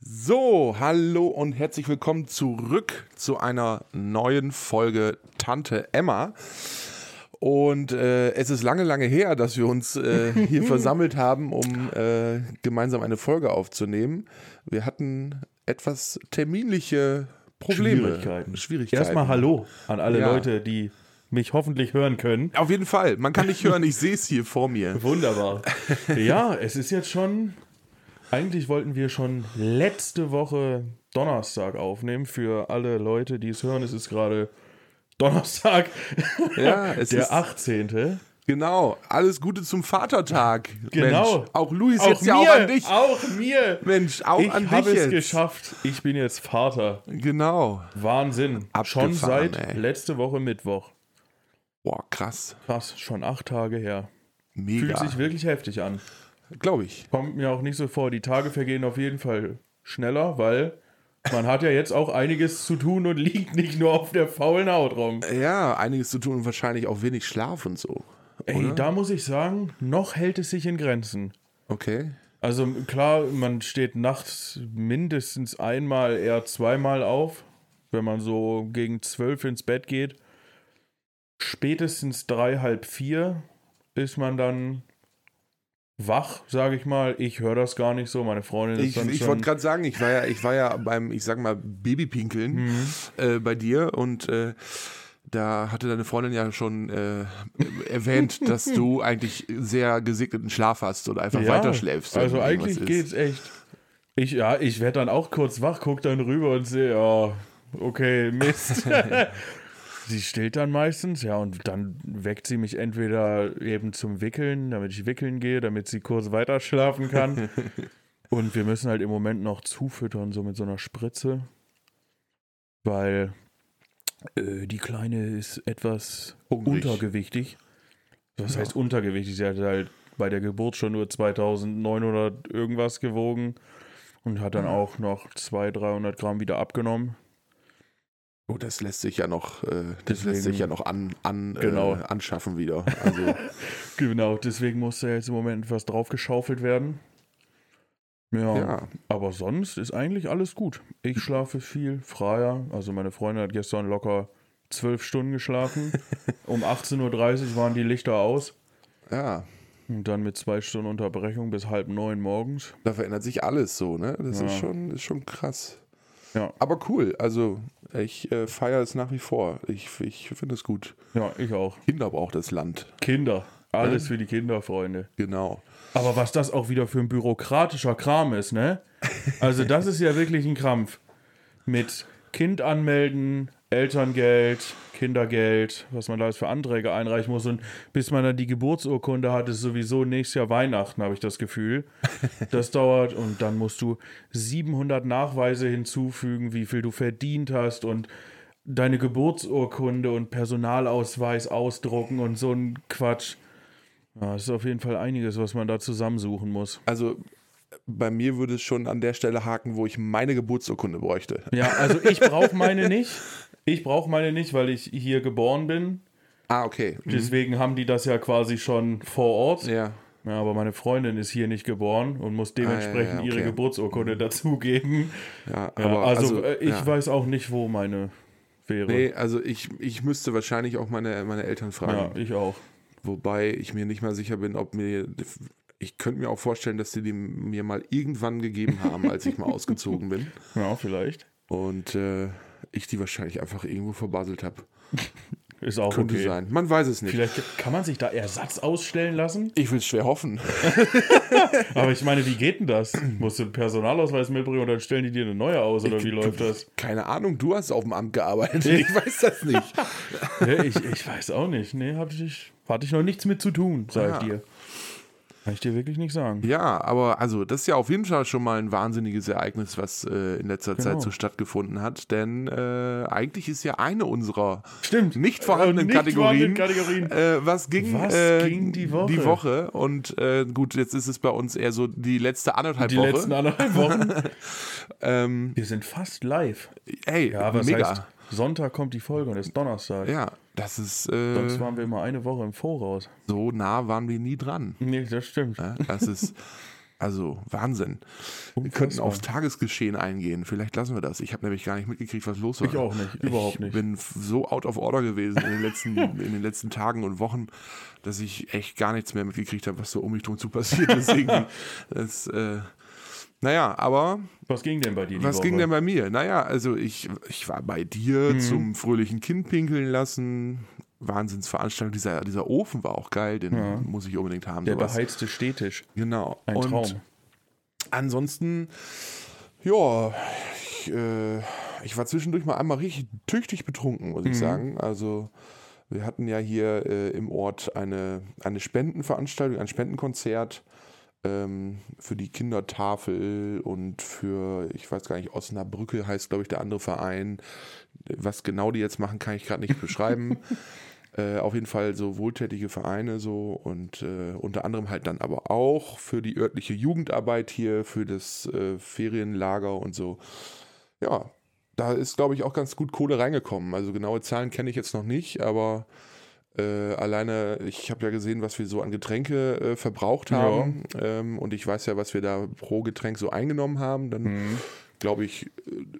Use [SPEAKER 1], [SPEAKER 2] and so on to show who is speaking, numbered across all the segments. [SPEAKER 1] So, hallo und herzlich willkommen zurück zu einer neuen Folge Tante Emma. Und äh, es ist lange, lange her, dass wir uns äh, hier versammelt haben, um äh, gemeinsam eine Folge aufzunehmen. Wir hatten etwas terminliche Probleme.
[SPEAKER 2] Schwierigkeiten.
[SPEAKER 1] Schwierigkeiten.
[SPEAKER 2] Erstmal Hallo an alle
[SPEAKER 1] Ja.
[SPEAKER 2] Leute, die mich hoffentlich hören können.
[SPEAKER 1] Auf jeden Fall. Man kann nicht hören, ich sehe es hier vor mir.
[SPEAKER 2] Wunderbar. ja, es ist jetzt schon. Eigentlich wollten wir schon letzte Woche Donnerstag aufnehmen. Für alle Leute, die es hören, es ist gerade Donnerstag,
[SPEAKER 1] Ja, es
[SPEAKER 2] der
[SPEAKER 1] ist
[SPEAKER 2] 18.
[SPEAKER 1] genau. Alles Gute zum Vatertag.
[SPEAKER 2] Genau.
[SPEAKER 1] Mensch, auch Luis jetzt ja auch an dich.
[SPEAKER 2] Auch mir.
[SPEAKER 1] Mensch, auch
[SPEAKER 2] ich
[SPEAKER 1] an dich
[SPEAKER 2] habe es
[SPEAKER 1] jetzt.
[SPEAKER 2] geschafft. Ich bin jetzt Vater.
[SPEAKER 1] Genau.
[SPEAKER 2] Wahnsinn.
[SPEAKER 1] Abgefahren,
[SPEAKER 2] schon seit
[SPEAKER 1] ey.
[SPEAKER 2] letzte Woche Mittwoch.
[SPEAKER 1] Boah, krass.
[SPEAKER 2] Krass, schon acht Tage her. Fühlt
[SPEAKER 1] Mega.
[SPEAKER 2] sich wirklich heftig an.
[SPEAKER 1] Glaube ich.
[SPEAKER 2] Kommt mir auch nicht so vor. Die Tage vergehen auf jeden Fall schneller, weil man hat ja jetzt auch einiges zu tun und liegt nicht nur auf der faulen Haut rum.
[SPEAKER 1] Ja, einiges zu tun und wahrscheinlich auch wenig Schlaf und so.
[SPEAKER 2] Ey, da muss ich sagen, noch hält es sich in Grenzen.
[SPEAKER 1] Okay.
[SPEAKER 2] Also klar, man steht nachts mindestens einmal, eher zweimal auf, wenn man so gegen zwölf ins Bett geht. Spätestens drei, halb vier ist man dann wach, sage ich mal. Ich höre das gar nicht so. Meine Freundin ist
[SPEAKER 1] Ich,
[SPEAKER 2] dann
[SPEAKER 1] ich
[SPEAKER 2] schon
[SPEAKER 1] wollte gerade sagen, ich war ja, ich war ja beim, ich sag mal, Babypinkeln
[SPEAKER 2] Mhm.
[SPEAKER 1] äh, bei dir und äh, da hatte deine Freundin ja schon äh, erwähnt, dass du eigentlich sehr gesegneten Schlaf hast und einfach weiter schläfst. wenn
[SPEAKER 2] Also
[SPEAKER 1] irgendwas
[SPEAKER 2] eigentlich
[SPEAKER 1] ist.
[SPEAKER 2] geht's echt. Ich, ja, ich werde dann auch kurz wach, guck dann rüber und sehe, ja, okay, Mist. sie stillt dann meistens, ja, und dann weckt sie mich entweder eben zum Wickeln, damit ich wickeln gehe, damit sie kurz weiter schlafen kann. und wir müssen halt im Moment noch zufüttern, so mit so einer Spritze. Weil äh, die Kleine ist etwas
[SPEAKER 1] Hungrig.
[SPEAKER 2] untergewichtig. Was heißt untergewichtig? Sie hat halt bei der Geburt schon nur 2900 irgendwas gewogen und hat dann auch noch 200, 300 Gramm wieder abgenommen.
[SPEAKER 1] Oh, das lässt sich ja noch, äh, das
[SPEAKER 2] Deswegen-
[SPEAKER 1] lässt sich ja noch an, an,
[SPEAKER 2] Genau.
[SPEAKER 1] äh, anschaffen wieder. Also,
[SPEAKER 2] Genau, deswegen muss da jetzt im Moment was draufgeschaufelt werden. Ja,
[SPEAKER 1] ja.
[SPEAKER 2] aber sonst ist eigentlich alles gut. Ich schlafe viel, freier. Also meine Freundin hat gestern locker zwölf Stunden geschlafen. um 18.30 Uhr waren die Lichter aus.
[SPEAKER 1] Ja,
[SPEAKER 2] Und dann mit zwei Stunden Unterbrechung bis halb neun morgens.
[SPEAKER 1] da verändert sich alles so, ne? Das ist,
[SPEAKER 2] Ja.
[SPEAKER 1] schon, ist schon krass.
[SPEAKER 2] Ja.
[SPEAKER 1] Aber cool, also ich äh, feiere es nach wie vor. Ich, ich finde es gut.
[SPEAKER 2] Ja, ich auch.
[SPEAKER 1] Kinder braucht das Land.
[SPEAKER 2] Kinder. Alles für die Kinder, Freunde.
[SPEAKER 1] Genau.
[SPEAKER 2] Aber was das auch wieder für ein bürokratischer Kram ist, ne? Also, das ist ja wirklich ein Krampf. Mit Kind anmelden, Elterngeld, Kindergeld, was man da alles für Anträge einreichen muss. Und bis man dann die Geburtsurkunde hat, ist sowieso nächstes Jahr Weihnachten, habe ich das Gefühl. Das dauert und dann musst du 700 Nachweise hinzufügen, wie viel du verdient hast und deine Geburtsurkunde und Personalausweis ausdrucken und so ein Quatsch. Ja, es ist auf jeden Fall einiges, was man da zusammensuchen muss.
[SPEAKER 1] Also bei mir würde es schon an der Stelle haken, wo ich meine Geburtsurkunde bräuchte.
[SPEAKER 2] Ja, also ich brauche meine nicht. Ich brauche meine nicht, weil ich hier geboren bin.
[SPEAKER 1] Ah, okay. Mhm.
[SPEAKER 2] Deswegen haben die das ja quasi schon vor Ort. Ja.
[SPEAKER 1] Ja.
[SPEAKER 2] aber meine Freundin ist hier nicht geboren und muss
[SPEAKER 1] ja,
[SPEAKER 2] dementsprechend
[SPEAKER 1] okay.
[SPEAKER 2] ihre Geburtsurkunde dazugeben.
[SPEAKER 1] Ja,
[SPEAKER 2] Mhm. Ja,
[SPEAKER 1] aber
[SPEAKER 2] also, äh, ich
[SPEAKER 1] ja.
[SPEAKER 2] weiß auch nicht, wo meine wäre.
[SPEAKER 1] Nee, also ich, ich müsste wahrscheinlich auch meine, meine Eltern fragen.
[SPEAKER 2] ja, ich auch.
[SPEAKER 1] Wobei ich mir nicht mal sicher bin, ob mir. Ich könnte mir auch vorstellen, dass sie die mir mal irgendwann gegeben haben, als ich mal ausgezogen bin.
[SPEAKER 2] Ja, vielleicht.
[SPEAKER 1] Und äh, ich die wahrscheinlich einfach irgendwo verbaselt habe.
[SPEAKER 2] Ist auch
[SPEAKER 1] Könnte
[SPEAKER 2] okay.
[SPEAKER 1] sein. Man weiß es nicht.
[SPEAKER 2] Vielleicht kann man sich da Ersatz ausstellen lassen.
[SPEAKER 1] Ich will es schwer hoffen.
[SPEAKER 2] Aber ich meine, wie geht denn das? Musst du einen Personalausweis mitbringen und dann stellen die dir eine neue aus oder wie läuft das?
[SPEAKER 1] Keine Ahnung, du hast auf dem Amt gearbeitet. Ich weiß das nicht.
[SPEAKER 2] Ja, ich, ich weiß auch nicht. Nee, hab ich, hatte ich noch nichts mit zu tun, sag
[SPEAKER 1] Ah.
[SPEAKER 2] ich dir. Kann ich dir wirklich nicht sagen.
[SPEAKER 1] Ja, aber also das ist ja auf jeden Fall schon mal ein wahnsinniges Ereignis, was äh, in letzter
[SPEAKER 2] Genau.
[SPEAKER 1] Zeit so stattgefunden hat. Denn äh, eigentlich ist ja eine unserer
[SPEAKER 2] Stimmt.
[SPEAKER 1] nicht vorhandenen
[SPEAKER 2] Äh, nicht
[SPEAKER 1] Kategorien.
[SPEAKER 2] vorhandenen Kategorien.
[SPEAKER 1] Äh, was ging,
[SPEAKER 2] Was
[SPEAKER 1] äh,
[SPEAKER 2] ging die Woche?
[SPEAKER 1] die Woche? Und äh, gut, jetzt ist es bei uns eher so die letzte anderthalb
[SPEAKER 2] Die
[SPEAKER 1] Äh, Woche.
[SPEAKER 2] letzten anderthalb Wochen.
[SPEAKER 1] ähm,
[SPEAKER 2] Wir sind fast live.
[SPEAKER 1] ey,
[SPEAKER 2] Ja, aber
[SPEAKER 1] mega.
[SPEAKER 2] das heißt, Sonntag kommt die Folge und es ist Donnerstag.
[SPEAKER 1] ja, das ist
[SPEAKER 2] Sonst
[SPEAKER 1] äh,
[SPEAKER 2] waren wir immer eine Woche im Voraus.
[SPEAKER 1] so nah waren wir nie dran.
[SPEAKER 2] Nee, das stimmt.
[SPEAKER 1] Ja, das ist Also Wahnsinn. Wir könnten aufs Tagesgeschehen eingehen. Vielleicht lassen wir das. Ich habe nämlich gar nicht mitgekriegt, was los war.
[SPEAKER 2] Ich auch nicht, überhaupt nicht.
[SPEAKER 1] Ich bin f- so out of order gewesen in den letzten, in den letzten Tagen und Wochen, dass ich echt gar nichts mehr mitgekriegt habe, was so um mich drum zu passiert ist. irgendwie. das, äh, naja, aber
[SPEAKER 2] Was ging denn bei dir die
[SPEAKER 1] was
[SPEAKER 2] Woche? Mhm.
[SPEAKER 1] ging denn bei mir? Naja, also ich, ich war bei dir zum fröhlichen Kind pinkeln lassen. Wahnsinnsveranstaltung. Dieser, dieser Ofen war auch geil, den muss ich unbedingt haben.
[SPEAKER 2] Der
[SPEAKER 1] sowas.
[SPEAKER 2] beheizte Stehtisch.
[SPEAKER 1] Genau.
[SPEAKER 2] Ein
[SPEAKER 1] und
[SPEAKER 2] Traum.
[SPEAKER 1] Ansonsten, ja, ich, äh, ich war zwischendurch mal einmal richtig tüchtig betrunken, muss ich sagen. Also wir hatten ja hier äh, im Ort eine, eine Spendenveranstaltung, ein Spendenkonzert ähm, für die Kindertafel und für, ich weiß gar nicht, Osnabrücke heißt, glaube ich, der andere Verein. Was genau die jetzt machen, kann ich gerade nicht beschreiben. Äh, auf jeden Fall so wohltätige Vereine so und äh, unter anderem halt dann aber auch für die örtliche Jugendarbeit hier, für das äh, Ferienlager und so. Ja, da ist, glaube ich, auch ganz gut Kohle reingekommen. Also genaue Zahlen kenne ich jetzt noch nicht, aber äh, alleine, ich habe ja gesehen, was wir so an Getränke äh, verbraucht
[SPEAKER 2] Ja.
[SPEAKER 1] haben ähm, und ich weiß ja, was wir da pro Getränk so eingenommen haben. Dann glaube ich, äh,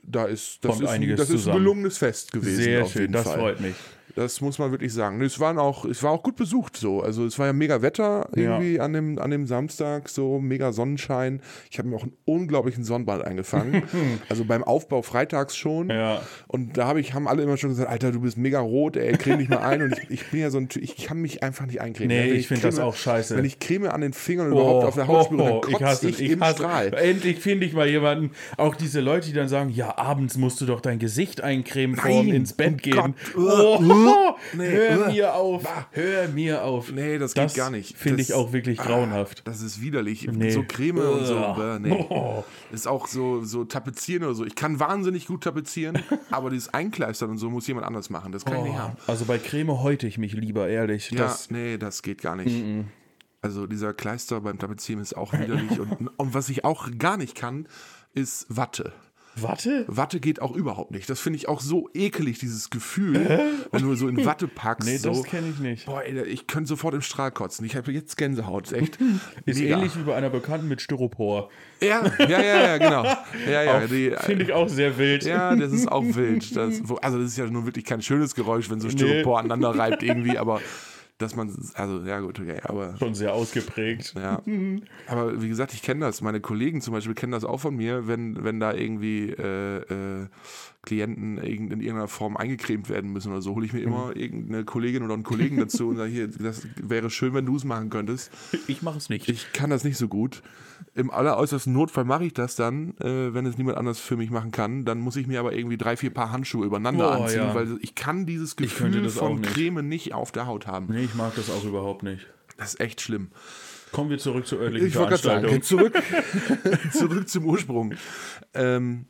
[SPEAKER 1] da ist das,
[SPEAKER 2] Mhm. Kommt
[SPEAKER 1] ist, ein-
[SPEAKER 2] einiges
[SPEAKER 1] das ist ein
[SPEAKER 2] zusammen.
[SPEAKER 1] gelungenes Fest gewesen.
[SPEAKER 2] Sehr
[SPEAKER 1] auf
[SPEAKER 2] schön,
[SPEAKER 1] jeden
[SPEAKER 2] das
[SPEAKER 1] Fall.
[SPEAKER 2] freut mich.
[SPEAKER 1] Das muss man wirklich sagen. Es, waren auch, es war auch gut besucht so. Also es war ja mega Wetter irgendwie an, dem, an dem Samstag, so mega Sonnenschein. Ich habe mir auch einen unglaublichen Sonnenbrand eingefangen. also beim Aufbau freitags schon.
[SPEAKER 2] Ja.
[SPEAKER 1] Und da habe ich, haben alle immer schon gesagt, Alter, du bist mega rot, ey, creme dich mal ein. Und ich, ich bin ja so ein Typ, ich kann mich einfach nicht eincremen. Also,
[SPEAKER 2] Nee,
[SPEAKER 1] Wenn
[SPEAKER 2] ich find das
[SPEAKER 1] Creme-
[SPEAKER 2] auch scheiße.
[SPEAKER 1] Wenn ich Creme an den Fingern überhaupt
[SPEAKER 2] Oh,
[SPEAKER 1] auf der Haut spüre, dann kotze ich, im Strahl.
[SPEAKER 2] Endlich finde ich mal jemanden, auch diese Leute, die dann sagen, ja, abends musst du doch dein Gesicht eincremen vor dem
[SPEAKER 1] Nein,
[SPEAKER 2] ins Bett
[SPEAKER 1] um
[SPEAKER 2] gehen.
[SPEAKER 1] Gott, uh,
[SPEAKER 2] oh,
[SPEAKER 1] nee,
[SPEAKER 2] hör
[SPEAKER 1] uh,
[SPEAKER 2] mir auf, hör mir auf.
[SPEAKER 1] Nee, das geht gar nicht.
[SPEAKER 2] finde
[SPEAKER 1] Das-
[SPEAKER 2] ich auch wirklich
[SPEAKER 1] Ah,
[SPEAKER 2] grauenhaft.
[SPEAKER 1] Das ist widerlich.
[SPEAKER 2] Nee.
[SPEAKER 1] So Creme und so.
[SPEAKER 2] Ugh. Oh.
[SPEAKER 1] bäh, Nee.
[SPEAKER 2] Boah.
[SPEAKER 1] Ist auch so, so tapezieren oder so. Ich kann wahnsinnig gut tapezieren, aber dieses Einkleistern und so muss jemand anders machen. Das kann ich nicht haben.
[SPEAKER 2] Also bei Creme häute ich mich lieber, ehrlich.
[SPEAKER 1] Ja,
[SPEAKER 2] Das,
[SPEAKER 1] nee, das geht gar nicht. Also dieser Kleister beim Tapezieren ist auch widerlich. und, und was ich auch gar nicht kann, ist Watte.
[SPEAKER 2] warte,
[SPEAKER 1] Watte geht auch überhaupt nicht. Das finde ich auch so ekelig, dieses Gefühl, wenn du so in Watte packst.
[SPEAKER 2] nee,
[SPEAKER 1] so.
[SPEAKER 2] das kenne ich nicht.
[SPEAKER 1] Boah, ey, ich könnte sofort im Strahl kotzen. Ich habe jetzt Gänsehaut. Echt.
[SPEAKER 2] Ist
[SPEAKER 1] mega.
[SPEAKER 2] ähnlich wie bei einer Bekannten mit Styropor.
[SPEAKER 1] Ja, ja, ja, ja, genau. Ja, ja, die,
[SPEAKER 2] Finde ich auch sehr wild.
[SPEAKER 1] äh, ja, das ist auch wild. Das, wo- also das ist ja nun wirklich kein schönes Geräusch, wenn so Styropor aneinander reibt irgendwie, aber dass man, also ja gut, okay, aber
[SPEAKER 2] Schon sehr ausgeprägt.
[SPEAKER 1] ja. Aber wie gesagt, ich kenne das. Meine Kollegen zum Beispiel kennen das auch von mir, wenn, wenn da irgendwie äh, äh, Klienten irgend- in irgendeiner Form eingecremt werden müssen oder so, hole ich mir immer
[SPEAKER 2] Mhm.
[SPEAKER 1] irgendeine Kollegin oder einen Kollegen dazu und sage, hier, das wäre schön, wenn du es machen könntest.
[SPEAKER 2] Ich mache es nicht.
[SPEAKER 1] Ich kann das nicht so gut. Im alleräußersten Notfall mache ich das dann, äh, wenn es niemand anders für mich machen kann. Dann muss ich mir aber irgendwie drei, vier Paar Handschuhe übereinander
[SPEAKER 2] Oh,
[SPEAKER 1] anziehen,
[SPEAKER 2] ja.
[SPEAKER 1] weil ich kann dieses
[SPEAKER 2] könnte
[SPEAKER 1] Gefühl
[SPEAKER 2] das auch
[SPEAKER 1] von
[SPEAKER 2] nicht.
[SPEAKER 1] Creme nicht auf der Haut haben.
[SPEAKER 2] Nee, ich mag das auch überhaupt nicht.
[SPEAKER 1] Das ist echt schlimm.
[SPEAKER 2] Kommen wir zurück zur örtlichen
[SPEAKER 1] Ich wollte gerade
[SPEAKER 2] Veranstaltung.
[SPEAKER 1] sagen, zurück, zurück zum Ursprung. Ähm,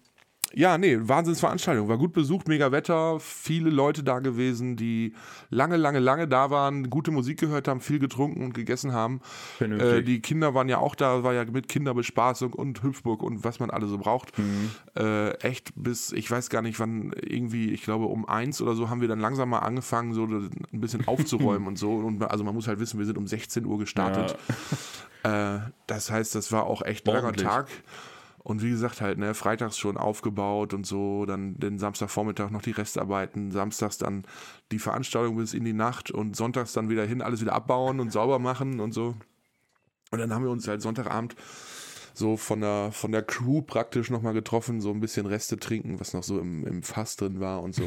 [SPEAKER 1] ja, nee, Wahnsinnsveranstaltung. War gut besucht, mega Wetter, viele Leute da gewesen, die lange, lange, lange da waren, gute Musik gehört haben, viel getrunken und gegessen haben.
[SPEAKER 2] Vernünftig.
[SPEAKER 1] Äh, die Kinder waren ja auch da, war ja mit Kinderbespaßung und Hüpfburg und was man alle so braucht. Äh, echt bis, ich weiß gar nicht wann, irgendwie, ich glaube um eins oder so haben wir dann langsam mal angefangen, so ein bisschen aufzuräumen und so. Und also man muss halt wissen, wir sind um 16 Uhr gestartet. Äh, das heißt, das war auch echt ein langer
[SPEAKER 2] Ordentlich.
[SPEAKER 1] Tag. Und wie gesagt, halt, ne, freitags schon aufgebaut und so, dann den Samstagvormittag noch die Restarbeiten, samstags dann die Veranstaltung bis in die Nacht und sonntags dann wieder hin, alles wieder abbauen und sauber machen und so. Und dann haben wir uns halt Sonntagabend so von der, von der Crew praktisch nochmal getroffen, so ein bisschen Reste trinken, was noch so im, im Fass drin war und so.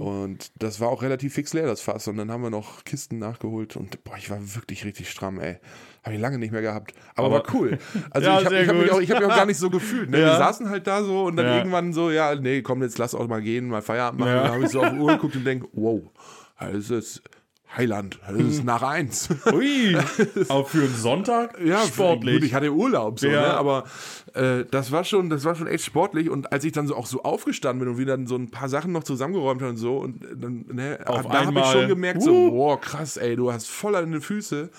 [SPEAKER 1] und das war auch relativ fix leer, das Fass. Und dann haben wir noch Kisten nachgeholt und boah, ich war wirklich richtig stramm, ey. Habe ich lange nicht mehr gehabt. Aber,
[SPEAKER 2] Aber-
[SPEAKER 1] war cool. Also
[SPEAKER 2] Ja,
[SPEAKER 1] ich habe
[SPEAKER 2] sehr
[SPEAKER 1] ich hab mich,
[SPEAKER 2] gut.
[SPEAKER 1] auch- ich hab mich auch gar nicht so gefühlt. Ne?
[SPEAKER 2] Ja.
[SPEAKER 1] Wir saßen halt da so und dann
[SPEAKER 2] Ja.
[SPEAKER 1] irgendwann so, ja, nee, komm, jetzt lass auch mal gehen, mal Feierabend machen.
[SPEAKER 2] Ja.
[SPEAKER 1] Dann habe ich so auf die Uhr geguckt und denke, wow, das ist Heiland, das ist nach eins.
[SPEAKER 2] Ui, aber für einen Sonntag?
[SPEAKER 1] Ja,
[SPEAKER 2] sportlich.
[SPEAKER 1] Gut, ich hatte Urlaub, so,
[SPEAKER 2] Ja.
[SPEAKER 1] ne? aber äh, das, war schon, das war schon echt sportlich. Und als ich dann so auch so aufgestanden bin und wieder dann so ein paar Sachen noch zusammengeräumt habe und so, und äh, dann, ne,
[SPEAKER 2] Auf
[SPEAKER 1] da habe ich
[SPEAKER 2] einmal.
[SPEAKER 1] schon gemerkt, so,
[SPEAKER 2] Uh.
[SPEAKER 1] boah, krass, ey, du hast voll an den Füße.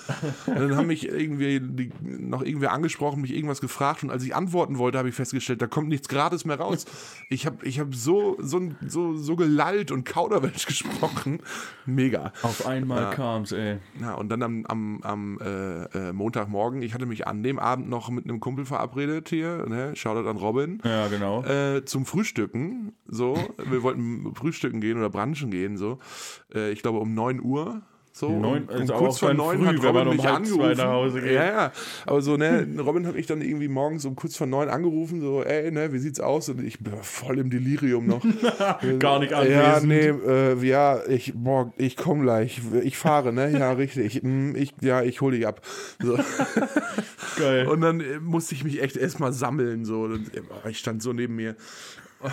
[SPEAKER 1] Und dann haben mich irgendwie die, noch irgendwer angesprochen, mich irgendwas gefragt und als ich antworten wollte, habe ich festgestellt, da kommt nichts Gratis mehr raus. Ich habe ich hab so, so, so, so gelallt und Kauderwelsch gesprochen. Mega.
[SPEAKER 2] Auf Animal
[SPEAKER 1] Ja.
[SPEAKER 2] Carms, ey.
[SPEAKER 1] Ja, und dann am, am, am äh, äh, Montagmorgen, ich hatte mich an dem Abend noch mit einem Kumpel verabredet hier, ne? Shoutout an Robin.
[SPEAKER 2] Ja, genau.
[SPEAKER 1] Äh, zum Frühstücken, so. Wir wollten frühstücken gehen oder branchen gehen, so. Äh, ich glaube um 9 Uhr. So,
[SPEAKER 2] Neun-
[SPEAKER 1] um, um
[SPEAKER 2] also auch
[SPEAKER 1] kurz vor
[SPEAKER 2] dann
[SPEAKER 1] neun
[SPEAKER 2] früh,
[SPEAKER 1] hat
[SPEAKER 2] wenn
[SPEAKER 1] Robin
[SPEAKER 2] man um
[SPEAKER 1] mich
[SPEAKER 2] halb zwei
[SPEAKER 1] angerufen.
[SPEAKER 2] nach Hause geht.
[SPEAKER 1] Ja, ja. Aber so, ne, Robin hat mich dann irgendwie morgens um kurz vor neun angerufen, so, ey, ne, wie sieht's aus? Und ich bin voll im Delirium noch.
[SPEAKER 2] Gar nicht
[SPEAKER 1] Ja,
[SPEAKER 2] anwesend.
[SPEAKER 1] nee, äh, ja, ich, boah, ich komm gleich. Ich fahre, ne? Ja, richtig. Hm, Ich, ja, ich hole dich ab. So.
[SPEAKER 2] Geil.
[SPEAKER 1] Und dann äh, musste ich mich echt erstmal sammeln. So. Und, äh, boah, ich stand so neben mir.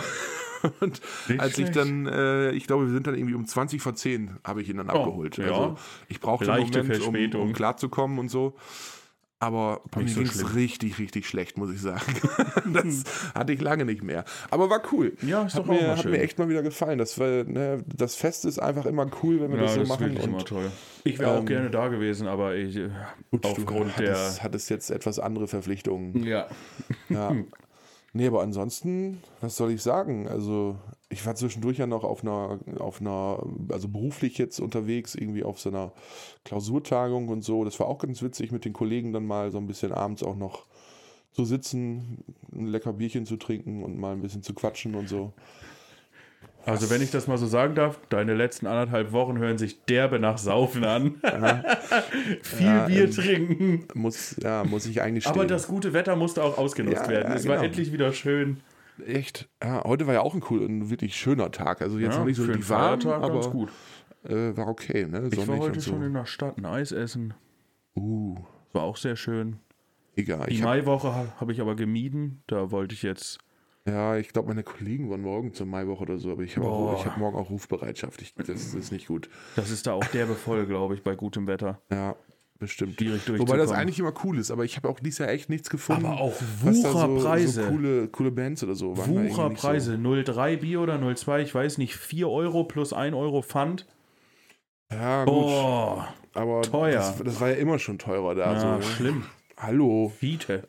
[SPEAKER 1] Und
[SPEAKER 2] Nicht
[SPEAKER 1] als ich
[SPEAKER 2] schlecht.
[SPEAKER 1] dann, äh, ich glaube, wir sind dann irgendwie um 20 vor 10 habe ich ihn dann abgeholt.
[SPEAKER 2] Oh, ja.
[SPEAKER 1] Also ich brauchte einen
[SPEAKER 2] Leichte
[SPEAKER 1] Moment, um, um
[SPEAKER 2] Verspätung.
[SPEAKER 1] klarzukommen und so. Aber bei mir
[SPEAKER 2] Nicht so
[SPEAKER 1] ging es
[SPEAKER 2] schlimm.
[SPEAKER 1] richtig, richtig schlecht, muss ich sagen. das hatte ich lange nicht mehr. Aber war cool.
[SPEAKER 2] Ja, ist
[SPEAKER 1] hat
[SPEAKER 2] doch auch
[SPEAKER 1] mir,
[SPEAKER 2] mal
[SPEAKER 1] Hat
[SPEAKER 2] schön.
[SPEAKER 1] mir echt mal wieder gefallen. Das, war, ne, das Fest ist einfach immer cool, wenn wir
[SPEAKER 2] Ja,
[SPEAKER 1] das
[SPEAKER 2] das
[SPEAKER 1] so
[SPEAKER 2] ist
[SPEAKER 1] machen.
[SPEAKER 2] wirklich
[SPEAKER 1] Und
[SPEAKER 2] immer toll. Ähm, Ich wäre auch gerne da gewesen, aber ich äh, aufgrund
[SPEAKER 1] du
[SPEAKER 2] der.
[SPEAKER 1] hattest, hattest jetzt etwas andere Verpflichtungen.
[SPEAKER 2] Ja.
[SPEAKER 1] Ja. Nee, aber ansonsten, was soll ich sagen? Also, ich war zwischendurch ja noch auf einer, auf einer, also beruflich jetzt unterwegs, irgendwie auf so einer Klausurtagung und so. Das war auch ganz witzig, mit den Kollegen dann mal so ein bisschen abends auch noch zu sitzen, ein lecker Bierchen zu trinken und mal ein bisschen zu quatschen und so.
[SPEAKER 2] Also, wenn ich das mal so sagen darf, deine letzten anderthalb Wochen hören sich derbe nach Saufen an. Viel
[SPEAKER 1] Ja,
[SPEAKER 2] Bier
[SPEAKER 1] ähm,
[SPEAKER 2] trinken.
[SPEAKER 1] Muss, ja, muss ich eingestehen.
[SPEAKER 2] Aber das gute Wetter musste auch ausgenutzt
[SPEAKER 1] Ja,
[SPEAKER 2] werden.
[SPEAKER 1] ja,
[SPEAKER 2] es war
[SPEAKER 1] genau.
[SPEAKER 2] endlich wieder schön.
[SPEAKER 1] echt, ja, heute war ja auch ein cool, ein wirklich schöner Tag. Also jetzt
[SPEAKER 2] Ja,
[SPEAKER 1] noch nicht so
[SPEAKER 2] für einen
[SPEAKER 1] richtig warm,
[SPEAKER 2] Feiertag
[SPEAKER 1] aber
[SPEAKER 2] ganz gut.
[SPEAKER 1] Äh, war okay, ne?
[SPEAKER 2] Ich war
[SPEAKER 1] Sonnig
[SPEAKER 2] heute
[SPEAKER 1] und so.
[SPEAKER 2] schon in der Stadt ein Eis essen.
[SPEAKER 1] Uh,
[SPEAKER 2] War auch sehr schön.
[SPEAKER 1] egal.
[SPEAKER 2] Die
[SPEAKER 1] Ich hab-
[SPEAKER 2] Maiwoche ha- habe ich aber gemieden. Da wollte ich jetzt.
[SPEAKER 1] Ja, ich glaube, meine Kollegen waren morgen zur Maiwoche oder so, aber ich habe
[SPEAKER 2] Boah.
[SPEAKER 1] auch- ich hab morgen auch Rufbereitschaft. Ich, das ist nicht gut.
[SPEAKER 2] Das ist da auch derbe voll, glaube ich, bei gutem Wetter.
[SPEAKER 1] Ja, bestimmt.
[SPEAKER 2] Schwierig
[SPEAKER 1] Wobei das
[SPEAKER 2] durchzukommen.
[SPEAKER 1] eigentlich immer cool ist, aber ich habe auch dieses Jahr echt nichts gefunden.
[SPEAKER 2] Aber auch
[SPEAKER 1] was da So,
[SPEAKER 2] Wucherpreise.
[SPEAKER 1] so coole, coole Bands oder so. waren da irgendwie nicht
[SPEAKER 2] Wucherpreise. 0,3 Bier oder 0,2, ich weiß nicht. 4 Euro plus 1 Euro Pfand.
[SPEAKER 1] So. Ja, gut.
[SPEAKER 2] Boah,
[SPEAKER 1] aber
[SPEAKER 2] teuer.
[SPEAKER 1] Das, das war ja immer schon teurer da.
[SPEAKER 2] ja,
[SPEAKER 1] so, ne?
[SPEAKER 2] schlimm.
[SPEAKER 1] Hallo.
[SPEAKER 2] Fiete.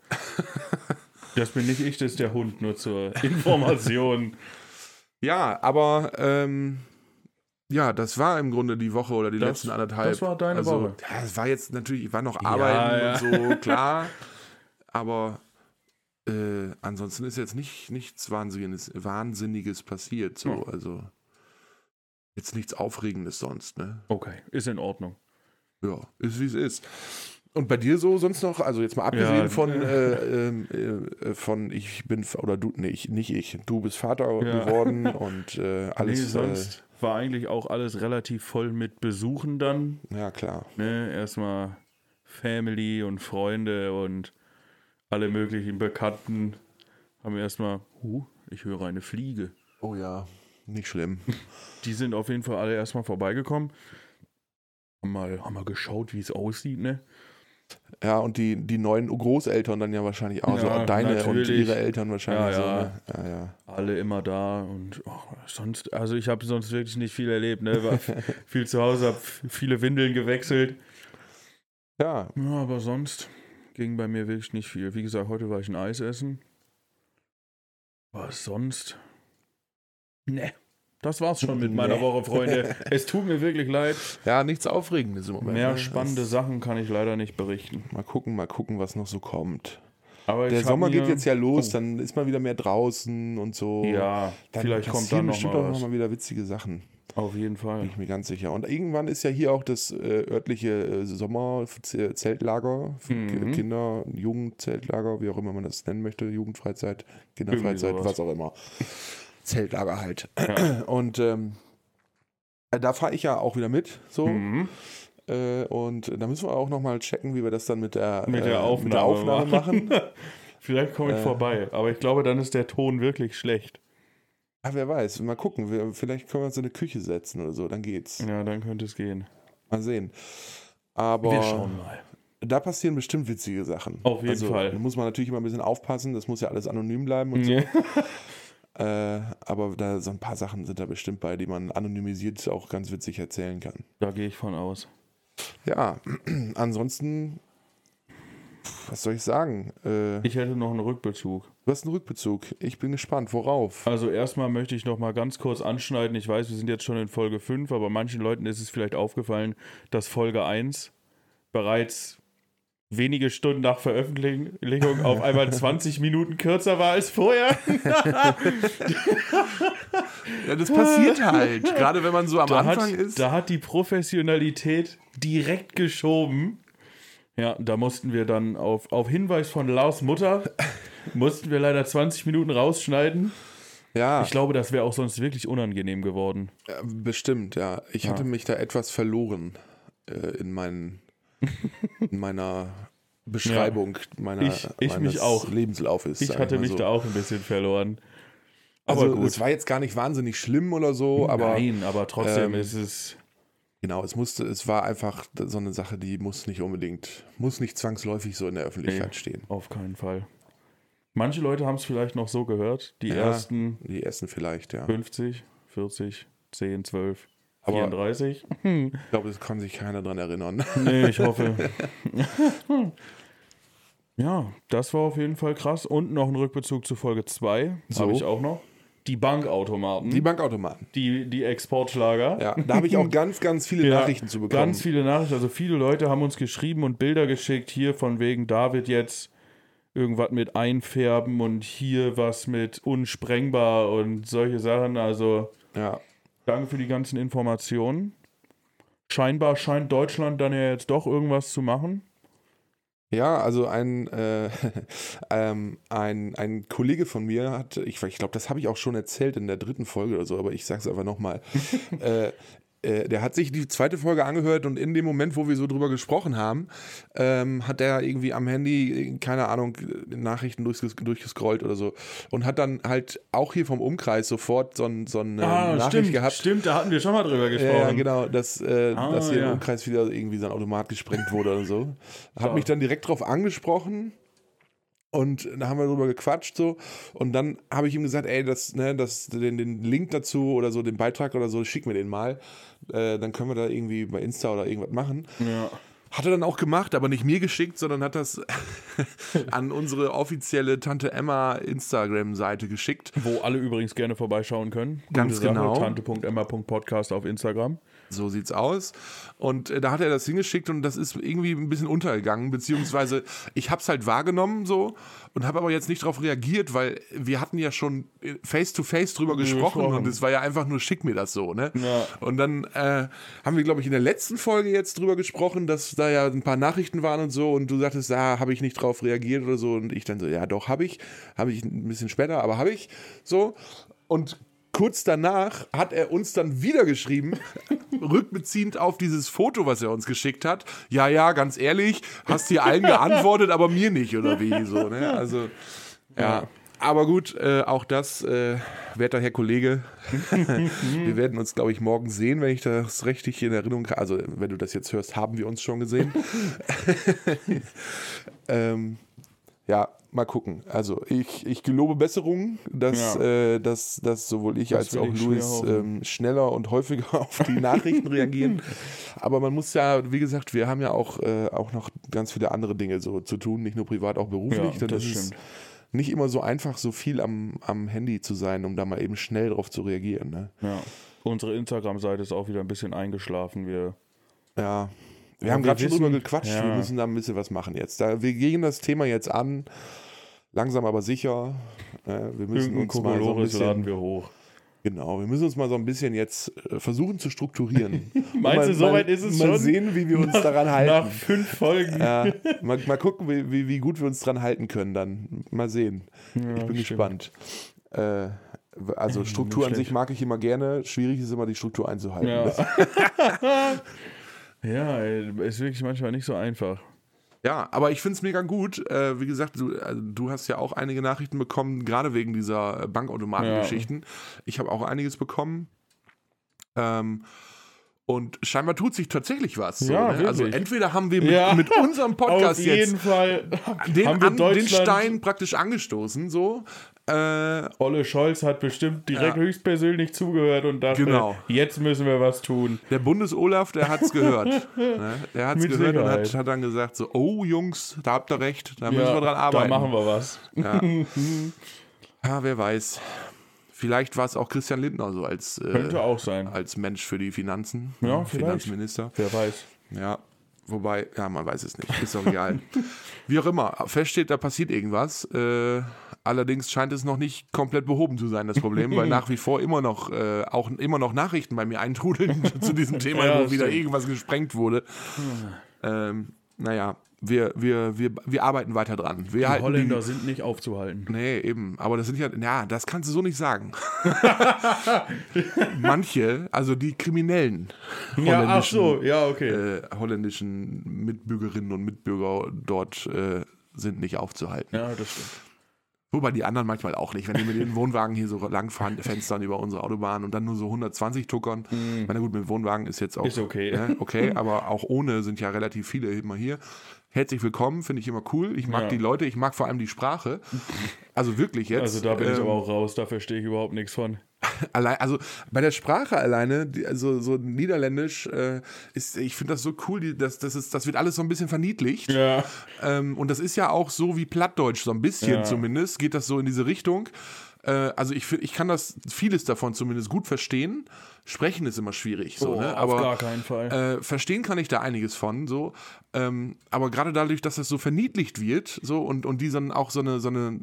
[SPEAKER 2] Das bin nicht ich, das ist der Hund, nur zur Information.
[SPEAKER 1] Ja, aber ähm, ja, das war im Grunde die Woche oder die
[SPEAKER 2] Das-
[SPEAKER 1] letzten anderthalb.
[SPEAKER 2] das war deine
[SPEAKER 1] also,
[SPEAKER 2] Woche.
[SPEAKER 1] Ja, es war jetzt natürlich, ich war noch arbeiten
[SPEAKER 2] ja.
[SPEAKER 1] und so, klar. aber äh, ansonsten ist jetzt nicht, nichts Wahnsinniges, Wahnsinniges passiert. So, also jetzt nichts Aufregendes sonst, ne?
[SPEAKER 2] Okay, ist in Ordnung.
[SPEAKER 1] Ja, ist wie es ist. Und bei dir so sonst noch, also jetzt mal abgesehen
[SPEAKER 2] Ja,
[SPEAKER 1] von,
[SPEAKER 2] äh.
[SPEAKER 1] äh, ähm, äh, äh, von ich bin, oder du, nee, ich, nicht ich, du bist Vater
[SPEAKER 2] Ja.
[SPEAKER 1] geworden und äh, alles. äh,
[SPEAKER 2] nee, sonst war eigentlich auch alles relativ voll mit Besuchen dann.
[SPEAKER 1] Äh, ja, klar.
[SPEAKER 2] Ne? Erstmal Family und Freunde und alle möglichen Bekannten haben erstmal, huh, ich höre eine Fliege.
[SPEAKER 1] Oh ja, nicht schlimm.
[SPEAKER 2] Die sind auf jeden Fall alle erstmal vorbeigekommen. Haben mal, haben mal geschaut, wie es aussieht, ne?
[SPEAKER 1] Ja, und die, die neuen Großeltern dann ja wahrscheinlich auch.
[SPEAKER 2] Ja,
[SPEAKER 1] so, deine und
[SPEAKER 2] natürlich.
[SPEAKER 1] ihre Eltern wahrscheinlich.
[SPEAKER 2] Ja,
[SPEAKER 1] So, ne? ja, ja.
[SPEAKER 2] Alle immer da und ach, sonst, also ich habe sonst wirklich nicht viel erlebt, ne? War viel zu Hause, habe viele Windeln gewechselt.
[SPEAKER 1] Ja,
[SPEAKER 2] Ja, aber sonst ging bei mir wirklich nicht viel. Wie gesagt, heute war ich ein Eis essen. Was sonst? Ne. Das war's schon mit meiner
[SPEAKER 1] Nee.
[SPEAKER 2] Woche, Freunde. Es tut mir wirklich leid.
[SPEAKER 1] ja, nichts Aufregendes im Moment.
[SPEAKER 2] Mehr
[SPEAKER 1] ne?
[SPEAKER 2] spannende
[SPEAKER 1] Das-
[SPEAKER 2] Sachen kann ich leider nicht berichten.
[SPEAKER 1] Mal gucken, mal gucken, was noch so kommt.
[SPEAKER 2] Aber
[SPEAKER 1] Der
[SPEAKER 2] ich hab
[SPEAKER 1] Sommer
[SPEAKER 2] mir-
[SPEAKER 1] geht jetzt ja los,
[SPEAKER 2] Oh.
[SPEAKER 1] dann ist man wieder mehr draußen und so.
[SPEAKER 2] Ja,
[SPEAKER 1] Dann
[SPEAKER 2] vielleicht kommt
[SPEAKER 1] passieren
[SPEAKER 2] dann noch
[SPEAKER 1] bestimmt
[SPEAKER 2] mal
[SPEAKER 1] auch
[SPEAKER 2] was.
[SPEAKER 1] nochmal wieder witzige Sachen,
[SPEAKER 2] Auf jeden
[SPEAKER 1] bin
[SPEAKER 2] Fall.
[SPEAKER 1] ich mir ganz sicher. Und irgendwann ist ja hier auch das äh, örtliche äh, Sommerzeltlager für
[SPEAKER 2] Mhm.
[SPEAKER 1] Kinder, Jugendzeltlager, wie auch immer man das nennen möchte, Jugendfreizeit, Kinderfreizeit,
[SPEAKER 2] Irgendwie sowas.
[SPEAKER 1] was auch immer. Zeltlager halt. Und ähm, äh, da fahre ich ja auch wieder mit, so.
[SPEAKER 2] Mhm.
[SPEAKER 1] Äh, und da müssen wir auch nochmal checken, wie wir das dann mit der,
[SPEAKER 2] Mit der
[SPEAKER 1] äh, mit der
[SPEAKER 2] Aufnahme
[SPEAKER 1] Aufnahme machen.
[SPEAKER 2] Vielleicht komme ich
[SPEAKER 1] Äh.
[SPEAKER 2] vorbei, aber ich glaube, dann ist der Ton wirklich schlecht.
[SPEAKER 1] Ah, wer weiß, mal gucken. Wir, vielleicht können wir uns in eine Küche setzen oder so, dann geht's.
[SPEAKER 2] Ja, dann könnte es gehen.
[SPEAKER 1] Mal sehen. Aber
[SPEAKER 2] Wir schauen mal.
[SPEAKER 1] da passieren bestimmt witzige Sachen.
[SPEAKER 2] Auf jeden
[SPEAKER 1] also,
[SPEAKER 2] Fall.
[SPEAKER 1] Da muss man natürlich immer ein bisschen aufpassen, das muss ja alles anonym bleiben. Und so. äh, aber da, so ein paar Sachen sind da bestimmt bei, die man anonymisiert auch ganz witzig erzählen kann.
[SPEAKER 2] Da gehe ich von aus.
[SPEAKER 1] Ja, ansonsten was soll ich sagen? Äh,
[SPEAKER 2] Ich hätte noch einen Rückbezug.
[SPEAKER 1] du hast einen Rückbezug. Ich bin gespannt. Worauf?
[SPEAKER 2] Also erstmal möchte ich noch mal ganz kurz anschneiden. Ich weiß, wir sind jetzt schon in Folge 5, aber manchen Leuten ist es vielleicht aufgefallen, dass Folge 1 bereits wenige Stunden nach Veröffentlichung auf einmal 20 Minuten kürzer war als vorher.
[SPEAKER 1] Ja, das passiert halt. Gerade wenn man so am
[SPEAKER 2] Da hat, da hat die Professionalität direkt geschoben. Ja, da mussten wir dann auf, auf Hinweis von Lars Mutter, mussten wir leider 20 Minuten rausschneiden.
[SPEAKER 1] Ja,
[SPEAKER 2] Ich glaube, das wäre auch sonst wirklich unangenehm geworden.
[SPEAKER 1] äh, bestimmt, ja. Ich hatte mich da etwas verloren äh, in, meinen, in meiner Beschreibung meiner,
[SPEAKER 2] Ich- ich
[SPEAKER 1] meines
[SPEAKER 2] mich auch.
[SPEAKER 1] Lebenslaufes.
[SPEAKER 2] Ich
[SPEAKER 1] sag
[SPEAKER 2] hatte
[SPEAKER 1] mal
[SPEAKER 2] mich
[SPEAKER 1] so.
[SPEAKER 2] da auch ein bisschen verloren. Aber
[SPEAKER 1] Also,
[SPEAKER 2] gut.
[SPEAKER 1] es war jetzt gar nicht wahnsinnig schlimm oder so, Oh, aber
[SPEAKER 2] Nein, aber trotzdem
[SPEAKER 1] ähm,
[SPEAKER 2] ist es.
[SPEAKER 1] genau, es musste, es war einfach so eine Sache, die muss nicht unbedingt, muss nicht zwangsläufig so in der Öffentlichkeit stehen.
[SPEAKER 2] Auf keinen Fall. Manche Leute haben es vielleicht noch so gehört. Die
[SPEAKER 1] Ja.
[SPEAKER 2] ersten
[SPEAKER 1] Die ersten vielleicht, ja.
[SPEAKER 2] 50, 40, 10, 12,
[SPEAKER 1] Aber-
[SPEAKER 2] 34.
[SPEAKER 1] Ich glaube, es kann sich keiner dran erinnern.
[SPEAKER 2] Nee, ich hoffe. ja, das war auf jeden Fall krass. Und noch ein Rückbezug zu Folge 2.
[SPEAKER 1] So.
[SPEAKER 2] Habe ich auch noch. Die Bankautomaten.
[SPEAKER 1] Die
[SPEAKER 2] Die,
[SPEAKER 1] Bankautomaten.
[SPEAKER 2] die, Exportschlager.
[SPEAKER 1] Ja, da habe ich auch ganz, ganz viele
[SPEAKER 2] Ja,
[SPEAKER 1] Nachrichten zu bekommen.
[SPEAKER 2] Ganz viele Nachrichten. Also viele Leute haben uns geschrieben und Bilder geschickt hier von wegen David jetzt irgendwas mit einfärben und hier was mit unsprengbar und solche Sachen. Also
[SPEAKER 1] Ja,
[SPEAKER 2] danke für die ganzen Informationen. Scheinbar scheint Deutschland dann ja jetzt doch irgendwas zu machen.
[SPEAKER 1] Ja, also ein, äh, ähm, ein, ein Kollege von mir hat, ich, ich glaube, das habe ich auch schon erzählt in der dritten Folge oder so, aber ich sage es einfach nochmal. äh, äh, der hat sich die zweite Folge angehört und in dem Moment, wo wir so drüber gesprochen haben, ähm, hat er irgendwie am Handy, äh, keine Ahnung, äh, Nachrichten durchges durchgescrollt oder so und hat dann halt auch hier vom Umkreis sofort so, ein, so eine Nachricht gehabt.
[SPEAKER 2] Ah, stimmt, da hatten wir schon mal drüber
[SPEAKER 1] Ja, ja, genau, dass, äh,
[SPEAKER 2] Ah,
[SPEAKER 1] dass hier
[SPEAKER 2] ja.
[SPEAKER 1] im Umkreis wieder irgendwie so ein Automat gesprengt wurde oder so. Hat mich dann direkt drauf angesprochen und da haben wir drüber gequatscht so und dann habe ich ihm gesagt, ey, das, ne, das, den, den Link dazu oder so, den Beitrag oder so, schick mir den mal. Äh, dann können wir da irgendwie bei Insta oder irgendwas machen.
[SPEAKER 2] Ja.
[SPEAKER 1] Hat er dann auch gemacht, aber nicht mir geschickt, sondern hat das an unsere offizielle Tante Emma Instagram-Seite geschickt.
[SPEAKER 2] Wo alle übrigens gerne vorbeischauen können.
[SPEAKER 1] Ganz
[SPEAKER 2] Gute Sache,
[SPEAKER 1] genau.
[SPEAKER 2] Tante.emma.podcast auf Instagram.
[SPEAKER 1] So sieht's aus. Und äh, da hat er das hingeschickt und das ist irgendwie ein bisschen untergegangen, beziehungsweise ich hab's halt wahrgenommen so und habe aber jetzt nicht darauf reagiert, weil wir hatten ja schon äh, face to face drüber gesprochen
[SPEAKER 2] gesprochen.
[SPEAKER 1] und es war ja einfach nur schick mir das so, ne?
[SPEAKER 2] Ja.
[SPEAKER 1] Und dann äh, haben wir glaube ich in der letzten Folge jetzt drüber gesprochen, dass da ja ein paar Nachrichten waren und so und du sagtest, ja, habe ich nicht drauf reagiert oder so und ich dann so, ja, doch habe ich, habe ich ein bisschen später, aber habe ich so und kurz danach hat er uns dann wieder geschrieben, rückbeziehend auf dieses Foto, was er uns geschickt hat. Ja, ja, ganz ehrlich, hast dir allen geantwortet, aber mir nicht, oder wie so, ne? Also, ja. Aber gut, äh, auch das, äh, werter Herr Kollege, wir werden uns, glaube ich, morgen sehen, wenn ich das richtig in Erinnerung habe. Also, wenn du das jetzt hörst, haben wir uns schon gesehen. ähm, ja, mal gucken. Also, ich, ich gelobe Besserungen, dass, äh, dass, dass sowohl ich als
[SPEAKER 2] will
[SPEAKER 1] auch
[SPEAKER 2] ich
[SPEAKER 1] Luis
[SPEAKER 2] schwer
[SPEAKER 1] ähm, schneller und häufiger auf die Nachrichten reagieren. Aber man muss ja, wie gesagt, wir haben ja auch, äh, auch noch ganz viele andere Dinge so zu tun, nicht nur privat, auch beruflich. Und
[SPEAKER 2] Ja, das
[SPEAKER 1] das ist
[SPEAKER 2] stimmt.
[SPEAKER 1] nicht immer so einfach, so viel am, am Handy zu sein, um da mal eben schnell drauf zu reagieren. Ne?
[SPEAKER 2] Ja. Unsere Instagram-Seite ist auch wieder ein bisschen eingeschlafen. Wir
[SPEAKER 1] Ja. Wir
[SPEAKER 2] Ja,
[SPEAKER 1] haben
[SPEAKER 2] wir
[SPEAKER 1] gerade schon drüber
[SPEAKER 2] wissen-
[SPEAKER 1] gequatscht,
[SPEAKER 2] ja.
[SPEAKER 1] wir müssen da ein bisschen was machen jetzt. Da, wir gehen das Thema jetzt an, langsam aber sicher. Äh, wir müssen
[SPEAKER 2] irgendeinen
[SPEAKER 1] uns mal so ein
[SPEAKER 2] Kokolores laden
[SPEAKER 1] bisschen,
[SPEAKER 2] wir hoch.
[SPEAKER 1] genau, wir müssen uns mal so ein bisschen jetzt äh, versuchen zu strukturieren. Und
[SPEAKER 2] Meinst
[SPEAKER 1] mal-
[SPEAKER 2] du, so
[SPEAKER 1] mal-
[SPEAKER 2] weit ist es
[SPEAKER 1] mal
[SPEAKER 2] schon?
[SPEAKER 1] Mal sehen, wie wir uns daran
[SPEAKER 2] Nach
[SPEAKER 1] halten.
[SPEAKER 2] fünf Folgen.
[SPEAKER 1] Ja, mal, mal gucken, wie, wie, wie gut wir uns dran halten können dann. Mal sehen. ich bin gespannt. Äh, also Struktur an sich
[SPEAKER 2] schlecht.
[SPEAKER 1] mag ich immer gerne. Schwierig ist immer, die Struktur einzuhalten.
[SPEAKER 2] Ja.
[SPEAKER 1] Das-
[SPEAKER 2] ja, ey, ist wirklich manchmal nicht so einfach.
[SPEAKER 1] Ja, aber ich finde es mega gut. Äh, wie gesagt, du, also du hast ja auch einige Nachrichten bekommen, gerade wegen dieser äh, Bankautomatengeschichten. Ich habe auch einiges bekommen. Ähm, Und scheinbar tut sich tatsächlich was. So,
[SPEAKER 2] Ja,
[SPEAKER 1] ne? Also
[SPEAKER 2] wirklich.
[SPEAKER 1] entweder haben wir mit,
[SPEAKER 2] Ja.
[SPEAKER 1] mit unserem Podcast
[SPEAKER 2] Auf
[SPEAKER 1] jetzt
[SPEAKER 2] jeden Fall
[SPEAKER 1] den,
[SPEAKER 2] haben wir
[SPEAKER 1] an, den
[SPEAKER 2] Deutschland-
[SPEAKER 1] Stein praktisch angestoßen, so. Äh,
[SPEAKER 2] Olle Scholz hat bestimmt direkt
[SPEAKER 1] Ja.
[SPEAKER 2] höchstpersönlich zugehört und dachte,
[SPEAKER 1] Genau.
[SPEAKER 2] jetzt müssen wir was tun.
[SPEAKER 1] der Bundes-Olaf, der hat's gehört. ne? Der hat's
[SPEAKER 2] Mit
[SPEAKER 1] gehört und
[SPEAKER 2] Sicherheit.
[SPEAKER 1] hat, hat dann gesagt: so, Oh, Jungs, da habt ihr recht, da müssen
[SPEAKER 2] Ja,
[SPEAKER 1] wir dran arbeiten.
[SPEAKER 2] Da machen wir was.
[SPEAKER 1] Ja, wer weiß. Vielleicht war es auch Christian Lindner so als,
[SPEAKER 2] Könnte
[SPEAKER 1] äh,
[SPEAKER 2] auch sein.
[SPEAKER 1] als Mensch für die Finanzen. ne?
[SPEAKER 2] Ja, vielleicht.
[SPEAKER 1] Finanzminister.
[SPEAKER 2] Wer weiß.
[SPEAKER 1] Ja. Wobei, ja, man weiß es nicht. Ist auch egal. Wie auch immer. Fest steht, da passiert irgendwas. Äh, allerdings scheint es noch nicht komplett behoben zu sein, das Problem, weil nach wie vor immer noch, äh, auch immer noch Nachrichten bei mir eintrudeln zu diesem Thema,
[SPEAKER 2] Ja,
[SPEAKER 1] wo wieder
[SPEAKER 2] stimmt. Hm.
[SPEAKER 1] irgendwas gesprengt wurde. Ähm, naja, wir, wir, wir, wir arbeiten weiter dran. Wir halten die,
[SPEAKER 2] Holländer sind nicht aufzuhalten.
[SPEAKER 1] Nee, eben. Aber das sind ja, ja, das kannst du so nicht sagen. Manche, also die kriminellen
[SPEAKER 2] Ja, ach
[SPEAKER 1] holländischen,
[SPEAKER 2] so, ja, okay.
[SPEAKER 1] äh, holländischen Mitbürgerinnen und Mitbürger dort äh, sind nicht aufzuhalten.
[SPEAKER 2] Ja, das stimmt.
[SPEAKER 1] Wobei die anderen manchmal auch nicht. Wenn die mit den Wohnwagen hier so langfahren, Fenstern über unsere Autobahn und dann nur so 120 tuckern. Ich meine, gut, mit dem Wohnwagen ist jetzt auch.
[SPEAKER 2] Hm. Ist okay.
[SPEAKER 1] Ne, okay, aber auch ohne sind ja relativ viele immer hier. Herzlich willkommen, finde ich immer cool. Ich mag
[SPEAKER 2] Ja.
[SPEAKER 1] die Leute, ich mag vor allem die Sprache. Also wirklich jetzt.
[SPEAKER 2] Also da bin ich
[SPEAKER 1] ähm,
[SPEAKER 2] aber auch raus, da verstehe ich überhaupt nichts von.
[SPEAKER 1] Allein, also bei der Sprache alleine, die, also so Niederländisch, äh, ist, ich finde das so cool, die, das, das, ist, das wird alles so ein bisschen verniedlicht.
[SPEAKER 2] Ja.
[SPEAKER 1] Ähm, und das ist ja auch so wie Plattdeutsch, so ein bisschen
[SPEAKER 2] Ja.
[SPEAKER 1] zumindest, geht das so in diese Richtung. Äh, also ich, find- ich kann das, vieles davon zumindest gut verstehen. Sprechen ist immer schwierig, so,
[SPEAKER 2] Oh,
[SPEAKER 1] ne?
[SPEAKER 2] auf
[SPEAKER 1] Aber,
[SPEAKER 2] gar keinen Fall.
[SPEAKER 1] Äh, verstehen kann ich da einiges von, so. Ähm, aber gerade dadurch, dass das so verniedlicht wird, so und, und die dann auch so eine, so eine,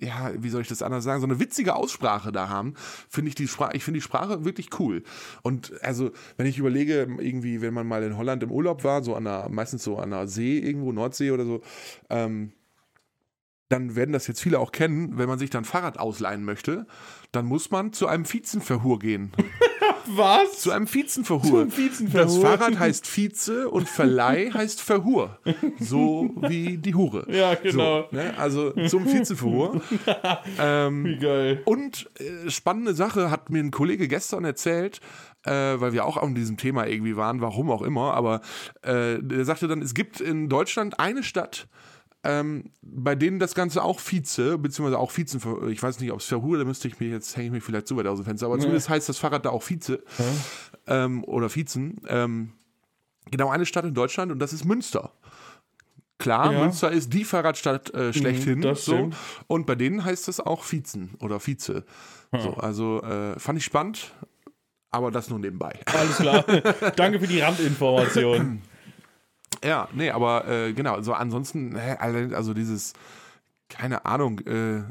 [SPEAKER 1] ja, wie soll ich das anders sagen, so eine witzige Aussprache da haben, finde ich die Sprache, ich finde die Sprache wirklich cool. Und also, wenn ich überlege, irgendwie, wenn man mal in Holland im Urlaub war, so an der, meistens so an der See irgendwo, Nordsee oder so, ähm, dann werden das jetzt viele auch kennen, wenn man sich dann Fahrrad ausleihen möchte, dann muss man zu einem Vizenverhur gehen.
[SPEAKER 2] Was?
[SPEAKER 1] Zu einem Vizenverhur.
[SPEAKER 2] Zum Vizenverhur.
[SPEAKER 1] Das Fahrrad heißt Vize und Verleih heißt Verhur. So wie die Hure.
[SPEAKER 2] Ja, genau.
[SPEAKER 1] So, ne? Also zum Vizenverhur. ähm,
[SPEAKER 2] Wie geil.
[SPEAKER 1] und äh, spannende Sache hat mir ein Kollege gestern erzählt, äh, weil wir auch an diesem Thema irgendwie waren, warum auch immer, aber äh, der sagte dann, es gibt in Deutschland eine Stadt, ähm, bei denen das Ganze auch Vize, beziehungsweise auch Vizen, ich weiß nicht, ob es Verhure, da müsste ich mir jetzt, hänge ich mich vielleicht zu weit aus dem Fenster, aber zumindest heißt das Fahrrad da auch Vize ähm, oder Vizen. Ähm, genau eine Stadt in Deutschland und das ist Münster. Klar,
[SPEAKER 2] Ja. Mhm,
[SPEAKER 1] Münster ist die Fahrradstadt äh, schlechthin.
[SPEAKER 2] das
[SPEAKER 1] so.
[SPEAKER 2] stimmt.
[SPEAKER 1] Und bei denen heißt es auch Vizen oder Vize. So, also äh, fand ich spannend, aber das nur nebenbei.
[SPEAKER 2] Alles klar. Danke für die Randinformation.
[SPEAKER 1] Ja, nee, aber äh, genau, so ansonsten, hä, alle- also dieses, keine Ahnung, äh,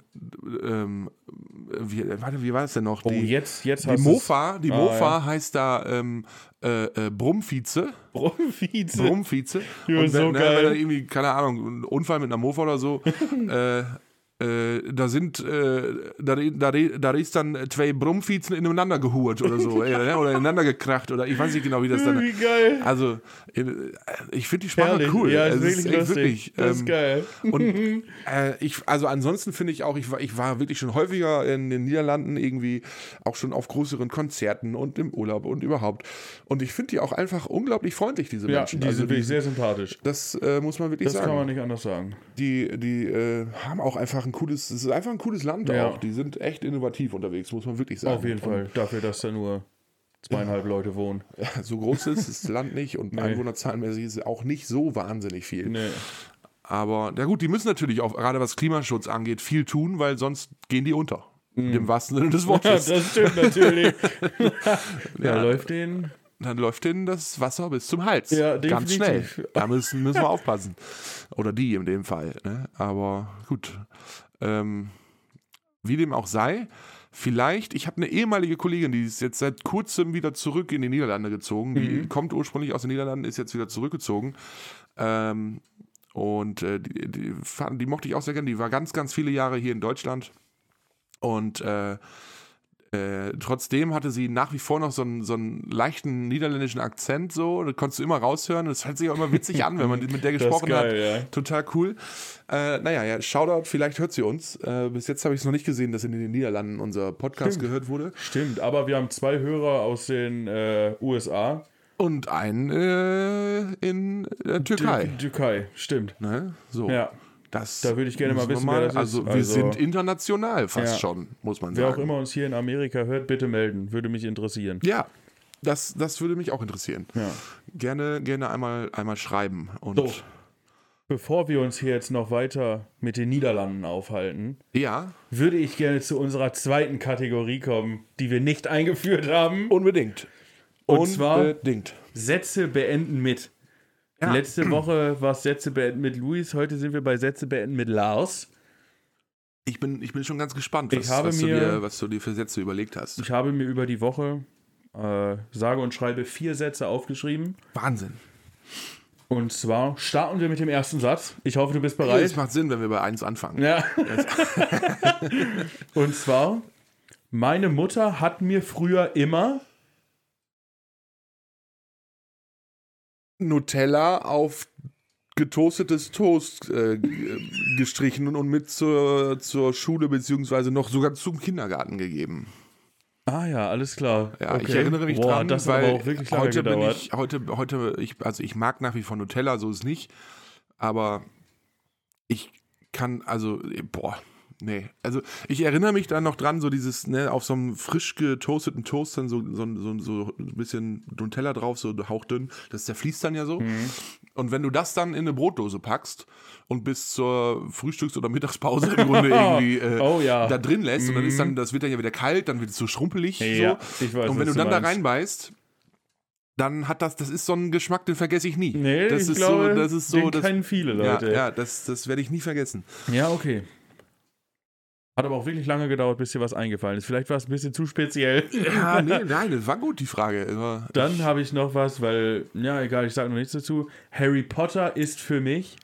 [SPEAKER 1] ähm, wie, warte, wie war das denn noch?
[SPEAKER 2] Oh,
[SPEAKER 1] die
[SPEAKER 2] jetzt, jetzt
[SPEAKER 1] die
[SPEAKER 2] hast
[SPEAKER 1] Mofa, die
[SPEAKER 2] Ah,
[SPEAKER 1] Mofa heißt da ähm, äh, äh, Brummvize.
[SPEAKER 2] Profite.
[SPEAKER 1] Brummvize.
[SPEAKER 2] Ja,
[SPEAKER 1] und wenn,
[SPEAKER 2] so
[SPEAKER 1] ne,
[SPEAKER 2] geil.
[SPEAKER 1] wenn dann irgendwie, keine Ahnung, ein Unfall mit einer Mofa oder so, äh, äh, da sind, äh, da, da, da ist dann zwei Brummvizen ineinander gehurt oder so, ey, ne, oder ineinander gekracht oder ich weiß nicht genau, wie das dann.
[SPEAKER 2] Wie geil.
[SPEAKER 1] Also, äh, ich finde die Sprache Ah, cool.
[SPEAKER 2] Ja, ist
[SPEAKER 1] Es
[SPEAKER 2] wirklich
[SPEAKER 1] echt
[SPEAKER 2] lustig.
[SPEAKER 1] wirklich,
[SPEAKER 2] das ist
[SPEAKER 1] ähm,
[SPEAKER 2] geil.
[SPEAKER 1] und äh, ich, also ansonsten finde ich auch, ich war, ich war wirklich schon häufiger in den Niederlanden irgendwie, auch schon auf größeren Konzerten und im Urlaub und überhaupt. Und ich finde die auch einfach unglaublich freundlich, diese
[SPEAKER 2] Ja, die
[SPEAKER 1] Menschen. Also
[SPEAKER 2] sind also wirklich sehr sympathisch.
[SPEAKER 1] das äh, muss man wirklich
[SPEAKER 2] Das
[SPEAKER 1] sagen.
[SPEAKER 2] kann man nicht anders sagen.
[SPEAKER 1] Die, die äh, haben auch einfach ein cooles, es ist einfach ein cooles Land
[SPEAKER 2] Ja.
[SPEAKER 1] auch. Die sind echt innovativ unterwegs, muss man wirklich sagen.
[SPEAKER 2] Auf jeden Fall. Dafür, dass da nur zweieinhalb Leute wohnen.
[SPEAKER 1] Und so groß ist das Land nicht und einwohnerzahlenmäßig ist es auch nicht so wahnsinnig viel.
[SPEAKER 2] Nee.
[SPEAKER 1] Aber na gut, die müssen natürlich auch, gerade was Klimaschutz angeht, viel tun, weil sonst gehen die unter. Im wahrsten Sinne des
[SPEAKER 2] Mhm. Ja,
[SPEAKER 1] Wortes.
[SPEAKER 2] das stimmt natürlich. ja, läuft den.
[SPEAKER 1] Dann läuft denen das Wasser bis zum Hals.
[SPEAKER 2] Ja,
[SPEAKER 1] Ganz schnell.
[SPEAKER 2] definitiv.
[SPEAKER 1] Da müssen, müssen wir aufpassen. Oder die in dem Fall. Ne? Aber gut. Ähm, wie dem auch sei, vielleicht, ich habe eine ehemalige Kollegin, die ist jetzt seit kurzem wieder zurück in die Niederlande gezogen. Die
[SPEAKER 2] Mhm.
[SPEAKER 1] kommt ursprünglich aus den Niederlanden, ist jetzt wieder zurückgezogen. Ähm, und äh, die, die, fand- die mochte ich auch sehr gerne. Die war ganz, ganz viele Jahre hier in Deutschland. Und äh, Äh, trotzdem hatte sie nach wie vor noch so einen, so einen leichten niederländischen Akzent, so, das konntest du immer raushören. Das hat sich auch immer witzig an, wenn man mit der
[SPEAKER 2] ist
[SPEAKER 1] gesprochen
[SPEAKER 2] geil,
[SPEAKER 1] hat.
[SPEAKER 2] ja.
[SPEAKER 1] Total cool. Äh, naja, ja, Shoutout, vielleicht hört sie uns. Äh, bis jetzt habe ich es noch nicht gesehen, dass in den Niederlanden unser Podcast gehört wurde.
[SPEAKER 2] Stimmt, aber wir haben zwei Hörer aus den äh, USA.
[SPEAKER 1] Und einen äh, in der Türkei.
[SPEAKER 2] Tür- Türkei, stimmt.
[SPEAKER 1] Ne? So.
[SPEAKER 2] Ja.
[SPEAKER 1] Das
[SPEAKER 2] Da würde ich gerne mal
[SPEAKER 1] müssen wir
[SPEAKER 2] wissen, wer das ist.
[SPEAKER 1] Also, wir
[SPEAKER 2] Also-
[SPEAKER 1] sind international fast
[SPEAKER 2] Ja.
[SPEAKER 1] schon, muss man
[SPEAKER 2] Wer
[SPEAKER 1] sagen.
[SPEAKER 2] auch immer uns hier in Amerika hört, bitte melden. Würde mich interessieren.
[SPEAKER 1] Ja, das, das würde mich auch interessieren.
[SPEAKER 2] Ja.
[SPEAKER 1] Gerne, gerne einmal, einmal schreiben. Und
[SPEAKER 2] So. Bevor wir uns hier jetzt noch weiter mit den Niederlanden aufhalten,
[SPEAKER 1] ja,
[SPEAKER 2] würde ich gerne zu unserer zweiten Kategorie kommen, die wir nicht eingeführt haben.
[SPEAKER 1] unbedingt.
[SPEAKER 2] Und zwar-
[SPEAKER 1] unbedingt.
[SPEAKER 2] Sätze beenden mit.
[SPEAKER 1] Ja.
[SPEAKER 2] Letzte Woche war es Sätze beenden mit Luis, heute sind wir bei Sätze beenden mit Lars.
[SPEAKER 1] Ich bin, ich bin schon ganz gespannt,
[SPEAKER 2] Ich
[SPEAKER 1] was,
[SPEAKER 2] habe
[SPEAKER 1] was, du
[SPEAKER 2] mir-
[SPEAKER 1] dir, was du dir für Sätze überlegt hast.
[SPEAKER 2] Ich habe mir über die Woche, äh, sage und schreibe, vier Sätze aufgeschrieben.
[SPEAKER 1] Wahnsinn.
[SPEAKER 2] Und zwar starten wir mit dem ersten Satz. Ich hoffe, du bist
[SPEAKER 1] Es
[SPEAKER 2] bereit.
[SPEAKER 1] macht Sinn, wenn wir bei eins anfangen.
[SPEAKER 2] Ja. und zwar, meine Mutter hat mir früher immer
[SPEAKER 1] Nutella auf getoastetes Toast äh, g- gestrichen und- und mit zur, zur Schule beziehungsweise noch sogar zum Kindergarten gegeben.
[SPEAKER 2] Ah ja, alles klar.
[SPEAKER 1] Ja, ich
[SPEAKER 2] Okay.
[SPEAKER 1] erinnere mich
[SPEAKER 2] Boah,
[SPEAKER 1] dran,
[SPEAKER 2] das hat
[SPEAKER 1] weil
[SPEAKER 2] aber auch wirklich lange
[SPEAKER 1] heute bin
[SPEAKER 2] gedauert.
[SPEAKER 1] ich, heute, heute, ich, also ich mag nach wie vor Nutella, so ist nicht, aber ich kann, also, boah, nee, also ich erinnere mich da noch dran, so dieses, ne, auf so einem frisch getoasteten Toast dann so, so, so, so ein bisschen Nutella drauf, so hauchdünn, das zerfließt dann ja so.
[SPEAKER 2] Mhm.
[SPEAKER 1] Und wenn du das dann in eine Brotdose packst und bis zur Frühstücks- oder Mittagspause im Grunde irgendwie äh,
[SPEAKER 2] Oh ja. Mhm.
[SPEAKER 1] da drin lässt und dann ist dann, das wird dann ja wieder kalt, dann wird es so schrumpelig.
[SPEAKER 2] Ja,
[SPEAKER 1] so.
[SPEAKER 2] ich weiß,
[SPEAKER 1] und wenn
[SPEAKER 2] was
[SPEAKER 1] du
[SPEAKER 2] du
[SPEAKER 1] dann da
[SPEAKER 2] meinst.
[SPEAKER 1] reinbeißt, dann hat das, das ist so ein Geschmack, den vergesse ich nie.
[SPEAKER 2] Nee,
[SPEAKER 1] das
[SPEAKER 2] ich
[SPEAKER 1] ist
[SPEAKER 2] glaube,
[SPEAKER 1] so, das ist
[SPEAKER 2] den
[SPEAKER 1] so, das,
[SPEAKER 2] kennen viele Leute.
[SPEAKER 1] Ja, ja das, das werde ich nie vergessen.
[SPEAKER 2] Ja, okay. Hat aber auch wirklich lange gedauert, bis dir was eingefallen ist. Vielleicht war es ein bisschen zu speziell.
[SPEAKER 1] Ja, Ah, nee, nein, das war gut, die Frage. Aber
[SPEAKER 2] Dann habe ich noch was, weil, ja, egal, ich sage noch nichts dazu. Harry Potter ist für mich.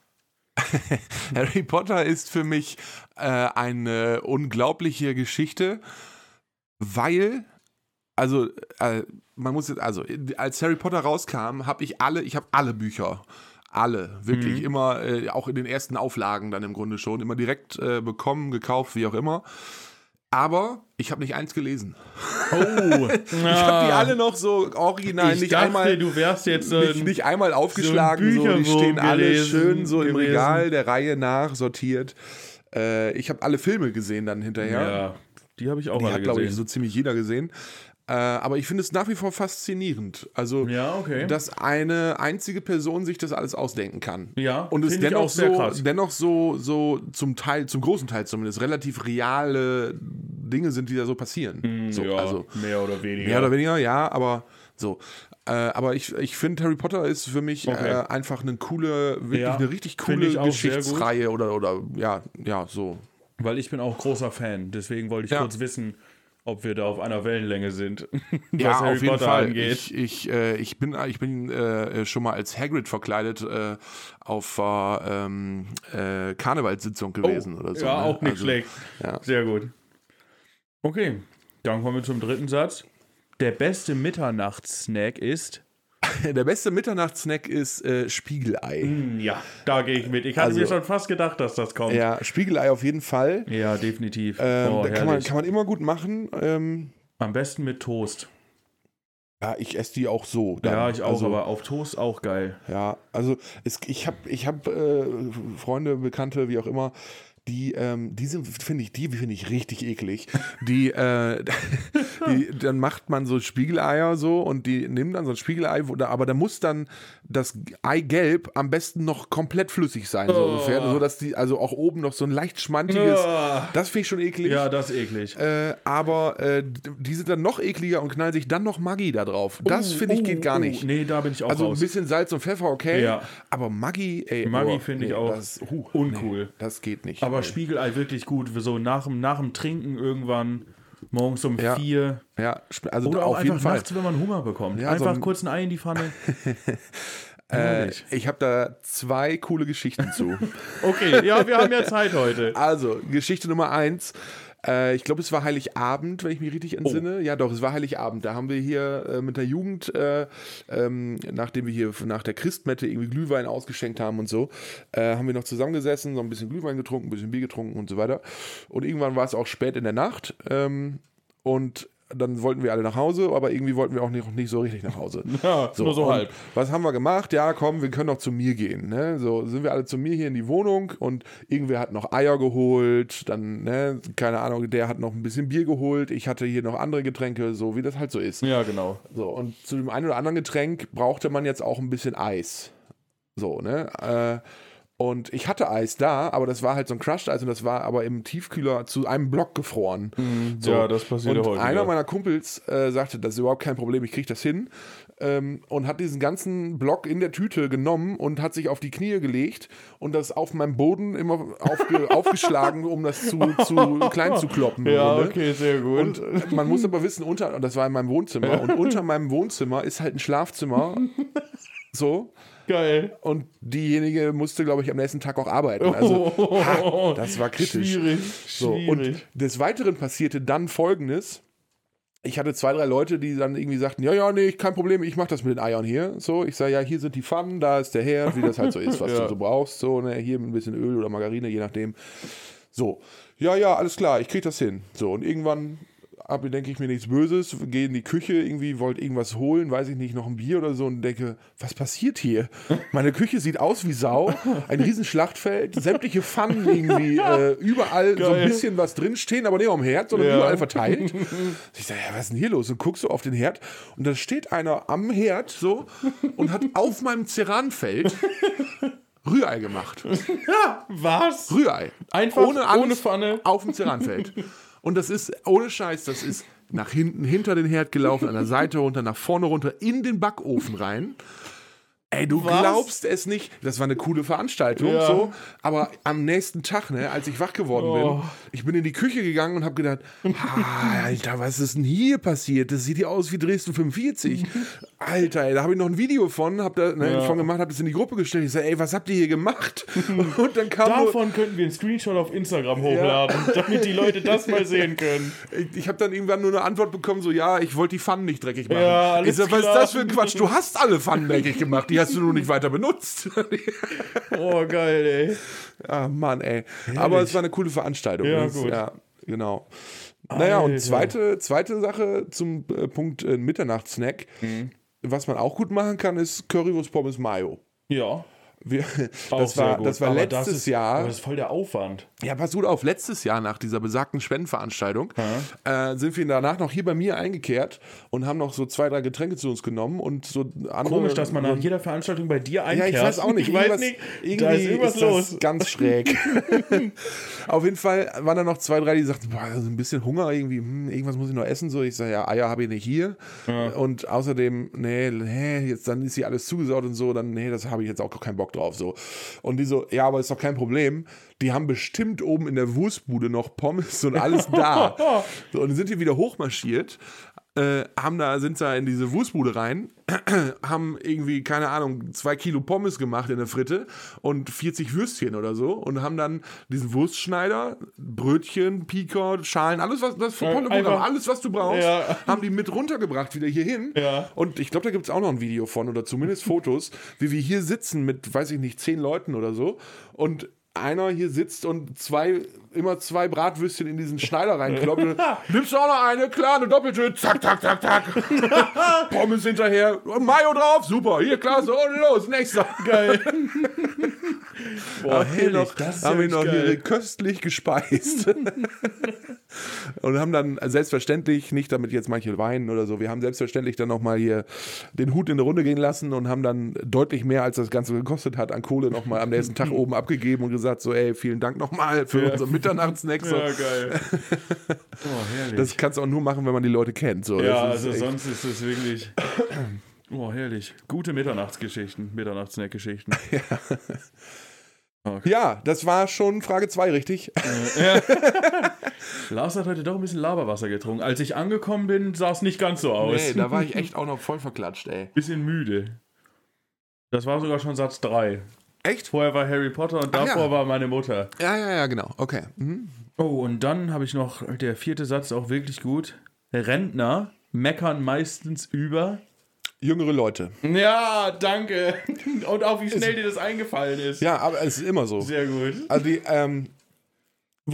[SPEAKER 1] Harry Potter ist für mich äh, eine unglaubliche Geschichte, weil, also, äh, man muss jetzt, also, äh, als Harry Potter rauskam, habe ich alle, ich habe alle Bücher. Alle,
[SPEAKER 2] Mhm.
[SPEAKER 1] wirklich immer, äh, auch in den ersten Auflagen dann im Grunde schon, immer direkt äh, bekommen, gekauft, wie auch immer. Aber ich habe nicht eins gelesen.
[SPEAKER 2] Oh,
[SPEAKER 1] Ich habe die alle noch so original,
[SPEAKER 2] Ah. ich
[SPEAKER 1] nicht
[SPEAKER 2] dachte,
[SPEAKER 1] einmal
[SPEAKER 2] du wärst jetzt so
[SPEAKER 1] nicht,
[SPEAKER 2] ein-
[SPEAKER 1] nicht einmal aufgeschlagen, so die
[SPEAKER 2] Bücherwurm
[SPEAKER 1] stehen alle
[SPEAKER 2] gelesen,
[SPEAKER 1] schön so im
[SPEAKER 2] gewesen.
[SPEAKER 1] Regal der Reihe nach sortiert. Äh, ich habe alle Filme gesehen dann hinterher.
[SPEAKER 2] Ja, die habe ich auch
[SPEAKER 1] die
[SPEAKER 2] alle
[SPEAKER 1] hat, glaube
[SPEAKER 2] gesehen.
[SPEAKER 1] ich, so ziemlich jeder gesehen. Äh, aber ich finde es nach wie vor faszinierend. Also,
[SPEAKER 2] Ja, okay.
[SPEAKER 1] dass eine einzige Person sich das alles ausdenken kann.
[SPEAKER 2] Ja,
[SPEAKER 1] Und es
[SPEAKER 2] finde ich
[SPEAKER 1] dennoch,
[SPEAKER 2] auch sehr
[SPEAKER 1] so,
[SPEAKER 2] krass.
[SPEAKER 1] dennoch so, so zum Teil, zum großen Teil zumindest, relativ reale Dinge sind, die da so passieren. so,
[SPEAKER 2] Hm, ja,
[SPEAKER 1] also,
[SPEAKER 2] mehr oder weniger.
[SPEAKER 1] mehr oder weniger, ja, aber so. Äh, aber ich, ich finde, Harry Potter ist für mich
[SPEAKER 2] Okay.
[SPEAKER 1] äh, einfach eine coole, wirklich
[SPEAKER 2] Ja,
[SPEAKER 1] eine richtig
[SPEAKER 2] find ich
[SPEAKER 1] coole
[SPEAKER 2] auch sehr gut.
[SPEAKER 1] Geschichtsreihe oder, oder ja, ja, so.
[SPEAKER 2] Weil ich bin auch großer Fan, deswegen wollte ich
[SPEAKER 1] Ja.
[SPEAKER 2] kurz wissen, ob wir da auf einer Wellenlänge sind, was
[SPEAKER 1] Ja, auf jeden Fall.
[SPEAKER 2] angeht.
[SPEAKER 1] Ich, ich, äh, ich bin, ich bin äh, schon mal als Hagrid verkleidet äh, auf äh, ähm, äh, Karnevalssitzung gewesen oder so.
[SPEAKER 2] Oh, ja,
[SPEAKER 1] ne?
[SPEAKER 2] auch nicht
[SPEAKER 1] Also,
[SPEAKER 2] schlecht.
[SPEAKER 1] ja.
[SPEAKER 2] Sehr gut. Okay, dann kommen wir zum dritten Satz. Der beste Mitternachtssnack ist.
[SPEAKER 1] Der beste Mitternachtssnack ist äh, Spiegelei.
[SPEAKER 2] Hm, Ja, da gehe ich mit. Ich hatte
[SPEAKER 1] Also-
[SPEAKER 2] mir schon fast gedacht, dass das kommt. Ja,
[SPEAKER 1] Ja, Spiegelei auf jeden Fall.
[SPEAKER 2] definitiv.
[SPEAKER 1] Ähm,
[SPEAKER 2] oh,
[SPEAKER 1] da kann, man,
[SPEAKER 2] herrlich.
[SPEAKER 1] kann man immer gut machen. Ähm,
[SPEAKER 2] Am besten mit Toast.
[SPEAKER 1] ja, ich esse die auch so. dann.
[SPEAKER 2] Ja, ich auch,
[SPEAKER 1] Also,
[SPEAKER 2] aber auf Toast auch geil.
[SPEAKER 1] Ja, also es, ich habe ich hab, äh, Freunde, Bekannte, wie auch immer, die, ähm, die sind, finde ich, die finde ich richtig eklig. Die, äh, die, dann macht man so Spiegeleier so und die nehmen dann so ein Spiegelei, wo, da- aber da muss dann das Eigelb am besten noch komplett flüssig sein, so ungefähr, so dass die, also auch oben noch so ein leicht schmantiges,
[SPEAKER 2] Oh.
[SPEAKER 1] das finde ich schon eklig.
[SPEAKER 2] Ja, das ist eklig.
[SPEAKER 1] Äh, aber äh, d- die sind dann noch ekliger und knallen sich dann noch Maggi da drauf. Das
[SPEAKER 2] Uh,
[SPEAKER 1] finde ich
[SPEAKER 2] uh,
[SPEAKER 1] geht gar
[SPEAKER 2] uh.
[SPEAKER 1] nicht.
[SPEAKER 2] Nee, da bin ich auch
[SPEAKER 1] Also ein
[SPEAKER 2] raus.
[SPEAKER 1] bisschen Salz und Pfeffer, okay.
[SPEAKER 2] Ja.
[SPEAKER 1] Aber Maggi, ey.
[SPEAKER 2] Maggi
[SPEAKER 1] boah,
[SPEAKER 2] finde ich auch
[SPEAKER 1] Das, huh,
[SPEAKER 2] uncool.
[SPEAKER 1] Nee, das geht nicht.
[SPEAKER 2] Aber Spiegelei wirklich gut. So nach dem, nach dem Trinken irgendwann, morgens um
[SPEAKER 1] Ja.
[SPEAKER 2] vier.
[SPEAKER 1] ja, sp- also
[SPEAKER 2] Oder auch
[SPEAKER 1] auf
[SPEAKER 2] einfach
[SPEAKER 1] jeden Fall.
[SPEAKER 2] nachts, wenn man Hunger bekommt.
[SPEAKER 1] Ja, so
[SPEAKER 2] einfach
[SPEAKER 1] ein-
[SPEAKER 2] kurz ein Ei in die Pfanne.
[SPEAKER 1] Äh,
[SPEAKER 2] Herrlich.
[SPEAKER 1] ich habe da zwei coole Geschichten zu.
[SPEAKER 2] Okay, ja, wir haben ja Zeit heute.
[SPEAKER 1] Also, Geschichte Nummer eins. Äh, ich glaube, es war Heiligabend, wenn ich mich richtig entsinne. Ja, doch, es war Heiligabend. Da haben wir hier äh, mit der Jugend, äh, ähm, nachdem wir hier nach der Christmette irgendwie Glühwein ausgeschenkt haben und so, äh, haben wir noch zusammengesessen, so ein bisschen Glühwein getrunken, ein bisschen Bier getrunken und so weiter. Und irgendwann war es auch spät in der Nacht. Ähm, und dann wollten wir alle nach Hause, aber irgendwie wollten wir auch nicht, nicht so richtig nach Hause.
[SPEAKER 2] Ja, nur so
[SPEAKER 1] und
[SPEAKER 2] halb.
[SPEAKER 1] Was haben wir gemacht? Ja, komm, wir können doch zu mir gehen. Ne? So sind wir alle zu mir hier in die Wohnung und irgendwer hat noch Eier geholt, dann, ne, keine Ahnung, der hat noch ein bisschen Bier geholt, ich hatte hier noch andere Getränke, so wie das halt so ist.
[SPEAKER 2] Ja, genau.
[SPEAKER 1] So, und zu dem einen oder anderen Getränk brauchte man jetzt auch ein bisschen Eis. So, ne? Äh, und ich hatte Eis da, aber das war halt so ein Crushed Eis und das war aber im Tiefkühler zu einem Block gefroren. So.
[SPEAKER 2] Mhm. Ja, das passiert
[SPEAKER 1] und
[SPEAKER 2] heute
[SPEAKER 1] Einer
[SPEAKER 2] wieder.
[SPEAKER 1] meiner Kumpels äh, sagte, das ist überhaupt kein Problem, ich kriege das hin. Ähm, und hat diesen ganzen Block in der Tüte genommen und hat sich auf die Knie gelegt und das auf meinem Boden immer aufge aufgeschlagen, um das zu, zu klein zu kloppen. ne? im
[SPEAKER 2] Ja,
[SPEAKER 1] Grunde.
[SPEAKER 2] okay, sehr gut.
[SPEAKER 1] Und äh, man muss aber wissen, unter, und das war in meinem Wohnzimmer, und unter meinem Wohnzimmer ist halt ein Schlafzimmer. So.
[SPEAKER 2] Geil.
[SPEAKER 1] Und diejenige musste, glaube ich, am nächsten Tag auch arbeiten. Also, ha, das war kritisch.
[SPEAKER 2] Schwierig,
[SPEAKER 1] So, und
[SPEAKER 2] schwierig.
[SPEAKER 1] des Weiteren passierte dann folgendes. Ich hatte zwei, drei Leute, die dann irgendwie sagten, ja, ja, nee, kein Problem, ich mach das mit den Eiern hier. So, ich sage, ja, hier sind die Pfannen, da ist der Herd, wie das halt so ist, was
[SPEAKER 2] Ja.
[SPEAKER 1] du so brauchst. So, ne, hier ein bisschen Öl oder Margarine, je nachdem. So, ja, ja, alles klar, ich krieg das hin. So, und irgendwann hab, denke ich mir nichts Böses, gehe in die Küche, irgendwie wollte irgendwas holen, weiß ich nicht, noch ein Bier oder so und denke, was passiert hier? Meine Küche sieht aus wie Sau, ein Riesenschlachtfeld, sämtliche Pfannen irgendwie, äh, überall so
[SPEAKER 2] Geil.
[SPEAKER 1] ein bisschen was drinstehen, aber nicht am Herd, sondern
[SPEAKER 2] Ja.
[SPEAKER 1] überall verteilt. Ich sage, ja, was ist denn hier los? Und guck so auf den Herd und da steht einer am Herd so und hat auf meinem Ceranfeld Rührei gemacht.
[SPEAKER 2] Was?
[SPEAKER 1] Rührei.
[SPEAKER 2] Einfach
[SPEAKER 1] alles
[SPEAKER 2] ohne Pfanne.
[SPEAKER 1] Auf dem Ceranfeld. Und das ist, ohne Scheiß, das ist nach hinten, hinter den Herd gelaufen, an der Seite runter, nach vorne runter, in den Backofen rein. Ey, du
[SPEAKER 2] Was?
[SPEAKER 1] glaubst es nicht. Das war eine coole Veranstaltung,
[SPEAKER 2] Ja.
[SPEAKER 1] so. Aber am nächsten Tag, ne, als ich wach geworden
[SPEAKER 2] Oh.
[SPEAKER 1] bin, ich bin in die Küche gegangen und habe gedacht, ah, Alter, was ist denn hier passiert? Das sieht hier aus wie Dresden 45. Alter, ey, da habe ich noch ein Video von, hab da ne,
[SPEAKER 2] Ja.
[SPEAKER 1] von gemacht, habe das in die Gruppe gestellt. Ich sage, ey, was habt ihr hier gemacht? Und dann kam nur,
[SPEAKER 2] Davon könnten wir einen Screenshot auf Instagram hochladen, damit die Leute das mal sehen können.
[SPEAKER 1] Ich, ich habe dann irgendwann nur eine Antwort bekommen, so ja, ich wollte die Pfannen nicht dreckig machen.
[SPEAKER 2] Ja, alles
[SPEAKER 1] ich sag, was ist
[SPEAKER 2] klar.
[SPEAKER 1] das für ein Quatsch? Du hast alle Pfannen dreckig gemacht, die hast du nur nicht weiter benutzt.
[SPEAKER 2] Oh, geil, ey.
[SPEAKER 1] ah, Mann, ey. Aber es war eine coole Veranstaltung.
[SPEAKER 2] Ja,
[SPEAKER 1] Das-
[SPEAKER 2] gut.
[SPEAKER 1] ja genau. Naja, und
[SPEAKER 2] Alter.
[SPEAKER 1] zweite, zweite Sache zum äh, Punkt äh, Mitternachtssnack.
[SPEAKER 2] Mhm.
[SPEAKER 1] Was man auch gut machen kann, ist Currywurst Pommes Mayo.
[SPEAKER 2] Ja.
[SPEAKER 1] Wir,
[SPEAKER 2] auch
[SPEAKER 1] das,
[SPEAKER 2] sehr
[SPEAKER 1] war,
[SPEAKER 2] gut.
[SPEAKER 1] das war
[SPEAKER 2] Aber
[SPEAKER 1] letztes
[SPEAKER 2] das ist,
[SPEAKER 1] Jahr.
[SPEAKER 2] Aber das ist voll der Aufwand.
[SPEAKER 1] Ja, pass gut auf, letztes Jahr nach dieser besagten Spendenveranstaltung äh, sind wir danach noch hier bei mir eingekehrt und haben noch so zwei, drei Getränke zu uns genommen und so andere.
[SPEAKER 2] Komisch, dass man nach jeder Veranstaltung bei dir
[SPEAKER 1] Ähm, ja,
[SPEAKER 2] einkehrt.
[SPEAKER 1] ich weiß auch nicht.
[SPEAKER 2] Ich weiß
[SPEAKER 1] Irgendwas-
[SPEAKER 2] nicht.
[SPEAKER 1] Irgendwie
[SPEAKER 2] Da ist irgendwas
[SPEAKER 1] ist das Oh,
[SPEAKER 2] los.
[SPEAKER 1] ganz schräg. Auf jeden Fall waren da noch zwei, drei, die sagten, boah, so ein bisschen Hunger irgendwie, hm, irgendwas muss ich noch essen. So, ich sage, ja, Eier habe ich nicht hier. Und außerdem, nee, hä, jetzt dann ist hier alles zugesaut und so, dann, nee, das habe ich jetzt auch keinen Bock drauf. So. Und die so, ja, aber ist doch kein Problem. Die haben bestimmt oben in der Wurstbude noch Pommes und alles da. so, und dann sind die wieder hochmarschiert. Äh, haben da, sind da in diese Wurstbude rein, haben irgendwie, keine Ahnung, zwei Kilo Pommes gemacht in der Fritte und 40 Würstchen oder so und haben dann diesen Wurstschneider, Brötchen, Piker, Schalen, alles, was das volle Programm,
[SPEAKER 2] Äh, einfach-
[SPEAKER 1] alles, was du brauchst,
[SPEAKER 2] Ja.
[SPEAKER 1] haben die mit runtergebracht wieder hierhin.
[SPEAKER 2] Ja.
[SPEAKER 1] Und ich glaube, da gibt es auch noch ein Video von oder zumindest Fotos, wie wir hier sitzen mit, weiß ich nicht, zehn Leuten oder so und einer hier sitzt und zwei, immer zwei Bratwürstchen in diesen Schneider reinkloppt. und, Nimmst du auch noch eine? Klar, eine doppelte. Zack, zack, zack, zack. Pommes hinterher. Mayo drauf. Super. Hier, klar, so. Und los, nächster.
[SPEAKER 2] Geil. Boah,
[SPEAKER 1] Haben wir noch,
[SPEAKER 2] Oh, herrlich, das ist
[SPEAKER 1] haben wir
[SPEAKER 2] ja
[SPEAKER 1] noch
[SPEAKER 2] geil.
[SPEAKER 1] hier köstlich gespeist. und haben dann selbstverständlich, nicht damit jetzt manche weinen oder so, wir haben selbstverständlich dann nochmal hier den Hut in eine Runde gehen lassen und haben dann deutlich mehr, als das Ganze gekostet hat, an Kohle nochmal am nächsten Tag oben abgegeben und gesagt, so ey, vielen Dank nochmal für unseren Mitternachtssnack. So.
[SPEAKER 2] Ja, geil. Oh, herrlich.
[SPEAKER 1] Das kannst du auch nur machen, wenn man die Leute kennt. So.
[SPEAKER 2] ja,
[SPEAKER 1] das ist
[SPEAKER 2] also
[SPEAKER 1] echt-
[SPEAKER 2] sonst ist es wirklich. Oh, herrlich. Gute Mitternachtsgeschichten, Mitternachtssnack-Geschichten.
[SPEAKER 1] ja, das war schon Frage 2, richtig?
[SPEAKER 2] Lars hat heute doch ein bisschen Laberwasser getrunken. Als ich angekommen bin, sah es nicht ganz so aus.
[SPEAKER 1] da war ich echt auch noch voll verklatscht, ey.
[SPEAKER 2] bisschen müde. Das war sogar schon Satz 3.
[SPEAKER 1] Echt?
[SPEAKER 2] Vorher war Harry Potter und
[SPEAKER 1] Ach ja.
[SPEAKER 2] davor war meine Mutter.
[SPEAKER 1] Ja, ja, ja, genau. Okay. Mhm.
[SPEAKER 2] Oh, und dann habe ich noch der vierte Satz auch wirklich gut. Rentner meckern meistens über.
[SPEAKER 1] Jüngere Leute.
[SPEAKER 2] Ja, danke. Und auch wie schnell dir das eingefallen ist.
[SPEAKER 1] Ja, aber es ist immer so.
[SPEAKER 2] Sehr gut.
[SPEAKER 1] Also die, ähm,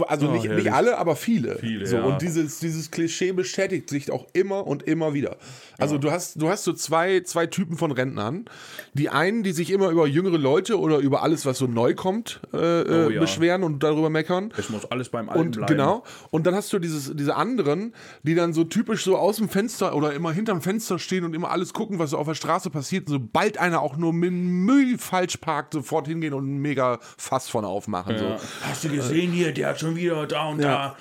[SPEAKER 1] also
[SPEAKER 2] Oh,
[SPEAKER 1] nicht, nicht
[SPEAKER 2] herrlich.
[SPEAKER 1] alle, aber viele.
[SPEAKER 2] Viele,
[SPEAKER 1] so,
[SPEAKER 2] ja.
[SPEAKER 1] Und dieses, dieses Klischee bestätigt sich auch immer und immer wieder. Also du hast, du hast so zwei, zwei Typen von Rentnern. Die einen, die sich immer über jüngere Leute oder über alles, was so neu kommt, äh, äh,
[SPEAKER 2] Oh, ja.
[SPEAKER 1] beschweren und darüber meckern.
[SPEAKER 2] Es muss alles beim Alten
[SPEAKER 1] Und
[SPEAKER 2] bleiben.
[SPEAKER 1] genau. Und dann hast du dieses, diese anderen, die dann so typisch so aus dem Fenster oder immer hinterm Fenster stehen und immer alles gucken, was so auf der Straße passiert. Und sobald einer auch nur mit dem Müll falsch parkt, sofort hingehen und ein mega Fass von aufmachen.
[SPEAKER 2] Ja.
[SPEAKER 1] So.
[SPEAKER 2] Hast du gesehen hier, der hat schon wieder da und
[SPEAKER 1] Ja.
[SPEAKER 2] da.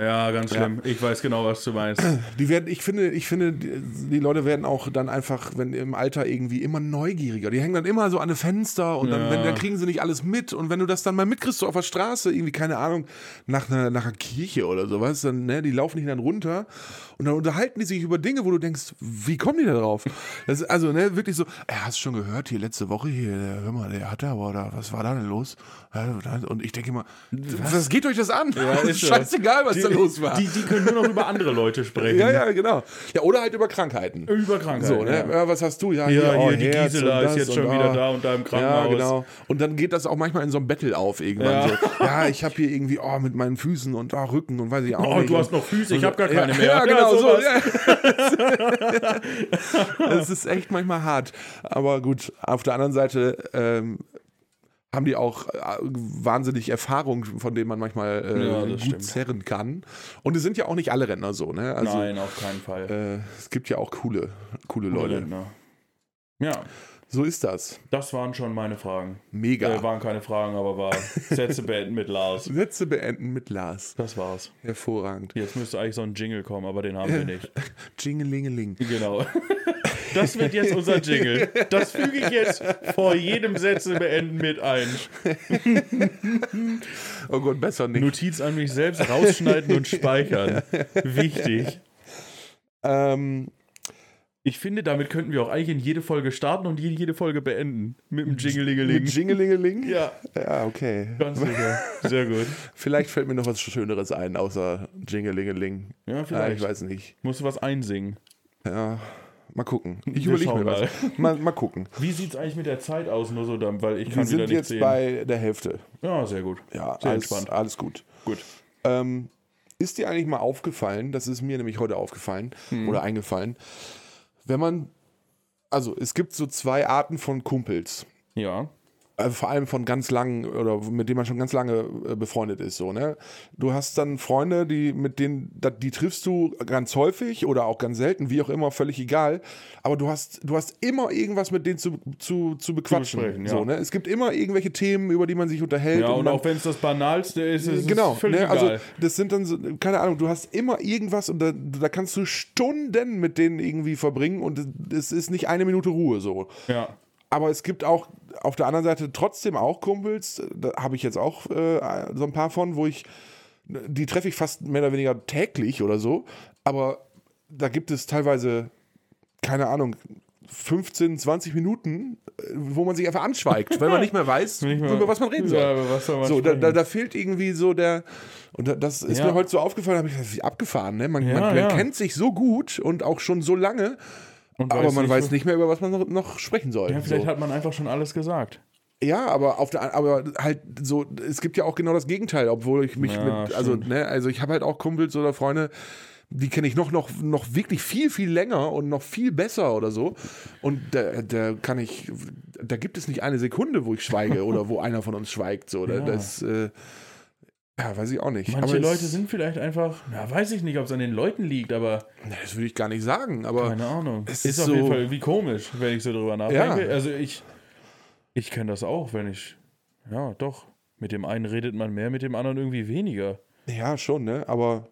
[SPEAKER 2] Ja, ganz schlimm. Ich weiß genau, was du meinst.
[SPEAKER 1] Die werden, ich finde, ich finde, die die Leute werden auch dann einfach, wenn im Alter irgendwie immer neugieriger. Die hängen dann immer so an den Fenster und dann,
[SPEAKER 2] Ja.
[SPEAKER 1] wenn, dann kriegen sie nicht alles mit. Und wenn du das dann mal mitkriegst, so auf der Straße, irgendwie, keine Ahnung, nach einer, nach einer Kirche oder sowas, dann, ne, die laufen nicht dann runter und dann unterhalten die sich über Dinge, wo du denkst, wie kommen die da drauf? Das ist also, ne, wirklich so, ey, hast du schon gehört hier letzte Woche hier, der- hör mal, der hat da aber da, was war da denn los? Und ich denke immer, was, geht euch das an?
[SPEAKER 2] ist so.
[SPEAKER 1] Scheißegal, was da
[SPEAKER 2] Die-
[SPEAKER 1] los war.
[SPEAKER 2] Die, die können nur noch über andere Leute sprechen.
[SPEAKER 1] Ja, ja, genau. Ja, oder halt über Krankheiten.
[SPEAKER 2] Über Krankheiten,
[SPEAKER 1] So, ne?
[SPEAKER 2] ja.
[SPEAKER 1] ja. was hast du? Ja,
[SPEAKER 2] Ja,
[SPEAKER 1] oh,
[SPEAKER 2] hier, die
[SPEAKER 1] Herz
[SPEAKER 2] Gisela
[SPEAKER 1] und
[SPEAKER 2] ist
[SPEAKER 1] das
[SPEAKER 2] jetzt schon
[SPEAKER 1] und,
[SPEAKER 2] wieder
[SPEAKER 1] ah.
[SPEAKER 2] da und da im
[SPEAKER 1] Ja,
[SPEAKER 2] Krankenhaus.
[SPEAKER 1] genau. Und dann geht das auch manchmal in so einem Battle auf irgendwann.
[SPEAKER 2] Ja.
[SPEAKER 1] So. ja ich habe hier irgendwie, oh, mit meinen Füßen und oh, Rücken und weiß ich auch
[SPEAKER 2] Oh,
[SPEAKER 1] nicht.
[SPEAKER 2] du
[SPEAKER 1] Und-
[SPEAKER 2] hast noch Füße, ich
[SPEAKER 1] und-
[SPEAKER 2] habe gar keine
[SPEAKER 1] ja,
[SPEAKER 2] mehr.
[SPEAKER 1] Ja, genau, so.
[SPEAKER 2] sowas.
[SPEAKER 1] Ja. das ist echt manchmal hart. Aber gut, auf der anderen Seite ähm, haben die auch äh, wahnsinnig Erfahrung, von denen man manchmal äh,
[SPEAKER 2] Ja, das
[SPEAKER 1] gut
[SPEAKER 2] stimmt.
[SPEAKER 1] zerren kann. Und es sind ja auch nicht alle Rentner so, ne? Also,
[SPEAKER 2] Nein, auf keinen Fall.
[SPEAKER 1] äh, es gibt ja auch coole, coole Leute.
[SPEAKER 2] Rentner. Ja,
[SPEAKER 1] So ist das.
[SPEAKER 2] das waren schon meine Fragen.
[SPEAKER 1] Mega.
[SPEAKER 2] Äh, waren keine Fragen, aber war Sätze beenden mit Lars.
[SPEAKER 1] Sätze beenden mit Lars.
[SPEAKER 2] Das war's.
[SPEAKER 1] Hervorragend.
[SPEAKER 2] Jetzt müsste eigentlich so ein Jingle kommen, aber den haben wir nicht.
[SPEAKER 1] Jingelingeling.
[SPEAKER 2] Genau. Das wird jetzt unser Jingle. Das füge ich jetzt vor jedem Sätze beenden mit ein.
[SPEAKER 1] Oh Gott, besser nicht.
[SPEAKER 2] Notiz an mich selbst rausschneiden und speichern. Wichtig.
[SPEAKER 1] Ähm,
[SPEAKER 2] Ich finde, damit könnten wir auch eigentlich in jede Folge starten und je- jede Folge beenden. Mit dem Jingle-Lingeling.
[SPEAKER 1] mit Jingelingeling?
[SPEAKER 2] ja,
[SPEAKER 1] Ja, okay.
[SPEAKER 2] ganz sicher. Sehr gut.
[SPEAKER 1] Vielleicht fällt mir noch was Schöneres ein, außer Jingelingeling.
[SPEAKER 2] Ja,
[SPEAKER 1] Ah, ich
[SPEAKER 2] vielleicht.
[SPEAKER 1] weiß nicht.
[SPEAKER 2] Musst du was einsingen.
[SPEAKER 1] Ja, mal gucken. Ich
[SPEAKER 2] Wir
[SPEAKER 1] überlege mir
[SPEAKER 2] schauen
[SPEAKER 1] was. Mal, mal gucken.
[SPEAKER 2] Wie sieht's eigentlich mit der Zeit aus? Nur so dann, weil ich
[SPEAKER 1] Wir
[SPEAKER 2] kann wieder
[SPEAKER 1] sind
[SPEAKER 2] nicht
[SPEAKER 1] jetzt
[SPEAKER 2] sehen.
[SPEAKER 1] bei der Hälfte.
[SPEAKER 2] ja, sehr gut.
[SPEAKER 1] Ja,
[SPEAKER 2] sehr
[SPEAKER 1] alles,
[SPEAKER 2] entspannt.
[SPEAKER 1] alles gut.
[SPEAKER 2] Gut.
[SPEAKER 1] Ähm, ist dir eigentlich mal aufgefallen, das ist mir nämlich heute aufgefallen
[SPEAKER 2] Hm.
[SPEAKER 1] oder eingefallen, wenn man, also es gibt so zwei Arten von Kumpels,
[SPEAKER 2] Ja.
[SPEAKER 1] äh, vor allem von ganz langen oder mit denen man schon ganz lange äh, befreundet ist, so, ne? Du hast dann Freunde, die mit denen, da- die triffst du ganz häufig oder auch ganz selten, wie auch immer, völlig egal, aber du hast, du hast immer irgendwas mit denen zu, zu, zu bequatschen,
[SPEAKER 2] besprechen, ja.
[SPEAKER 1] so, ne? Es gibt immer irgendwelche Themen, über die man sich unterhält.
[SPEAKER 2] Ja, und
[SPEAKER 1] man,
[SPEAKER 2] auch wenn es das Banalste ist, ist
[SPEAKER 1] genau,
[SPEAKER 2] es völlig
[SPEAKER 1] ne, also
[SPEAKER 2] egal.
[SPEAKER 1] das sind dann so, keine Ahnung, du hast immer irgendwas und da, da kannst du Stunden mit denen irgendwie verbringen und es ist nicht eine Minute Ruhe so.
[SPEAKER 2] Ja.
[SPEAKER 1] Aber es gibt auch auf der anderen Seite trotzdem auch Kumpels, da habe ich jetzt auch äh, so ein paar von, wo ich, die treffe ich fast mehr oder weniger täglich oder so, aber da gibt es teilweise, keine Ahnung, 15, 20 Minuten, äh, wo man sich einfach anschweigt, weil man nicht mehr weiß,
[SPEAKER 2] Nicht mal-
[SPEAKER 1] über was man reden soll.
[SPEAKER 2] Ja, über was soll man
[SPEAKER 1] So, da,
[SPEAKER 2] sprechen?
[SPEAKER 1] da, da fehlt irgendwie so der. Und da, das ist
[SPEAKER 2] Ja.
[SPEAKER 1] mir heute so aufgefallen, habe ich gedacht, wie abgefahren, ne? Man,
[SPEAKER 2] Ja,
[SPEAKER 1] man, man
[SPEAKER 2] ja.
[SPEAKER 1] kennt sich so gut und auch schon so lange,
[SPEAKER 2] Und
[SPEAKER 1] aber man weiß
[SPEAKER 2] wo-
[SPEAKER 1] nicht mehr, über was man noch, noch sprechen soll.
[SPEAKER 2] Ja, vielleicht
[SPEAKER 1] so.
[SPEAKER 2] hat man einfach schon alles gesagt.
[SPEAKER 1] ja aber auf der aber halt so, es gibt ja auch genau das Gegenteil, obwohl ich mich
[SPEAKER 2] Ja,
[SPEAKER 1] mit, also,
[SPEAKER 2] stimmt.
[SPEAKER 1] ne, also ich habe halt auch Kumpels oder Freunde, die kenne ich noch, noch, noch wirklich viel, viel länger und noch viel besser oder so. Und da, da kann ich, da gibt es nicht eine Sekunde, wo ich schweige oder wo einer von uns schweigt. So. Da-
[SPEAKER 2] Ja.
[SPEAKER 1] Das, äh, ja, weiß ich auch nicht.
[SPEAKER 2] Manche
[SPEAKER 1] Aber es-
[SPEAKER 2] Leute sind vielleicht einfach, na, weiß ich nicht, ob es an den Leuten liegt, aber
[SPEAKER 1] Na, Das würde ich gar nicht sagen, aber
[SPEAKER 2] keine Ahnung.
[SPEAKER 1] Äh, es
[SPEAKER 2] Ist,
[SPEAKER 1] ist
[SPEAKER 2] auf jeden
[SPEAKER 1] so-
[SPEAKER 2] Fall irgendwie komisch, wenn ich so drüber nachdenke.
[SPEAKER 1] Ja.
[SPEAKER 2] Also ich, ich kenne das auch, wenn ich, ja, doch. Mit dem einen redet man mehr, mit dem anderen irgendwie weniger.
[SPEAKER 1] ja, schon, ne? Aber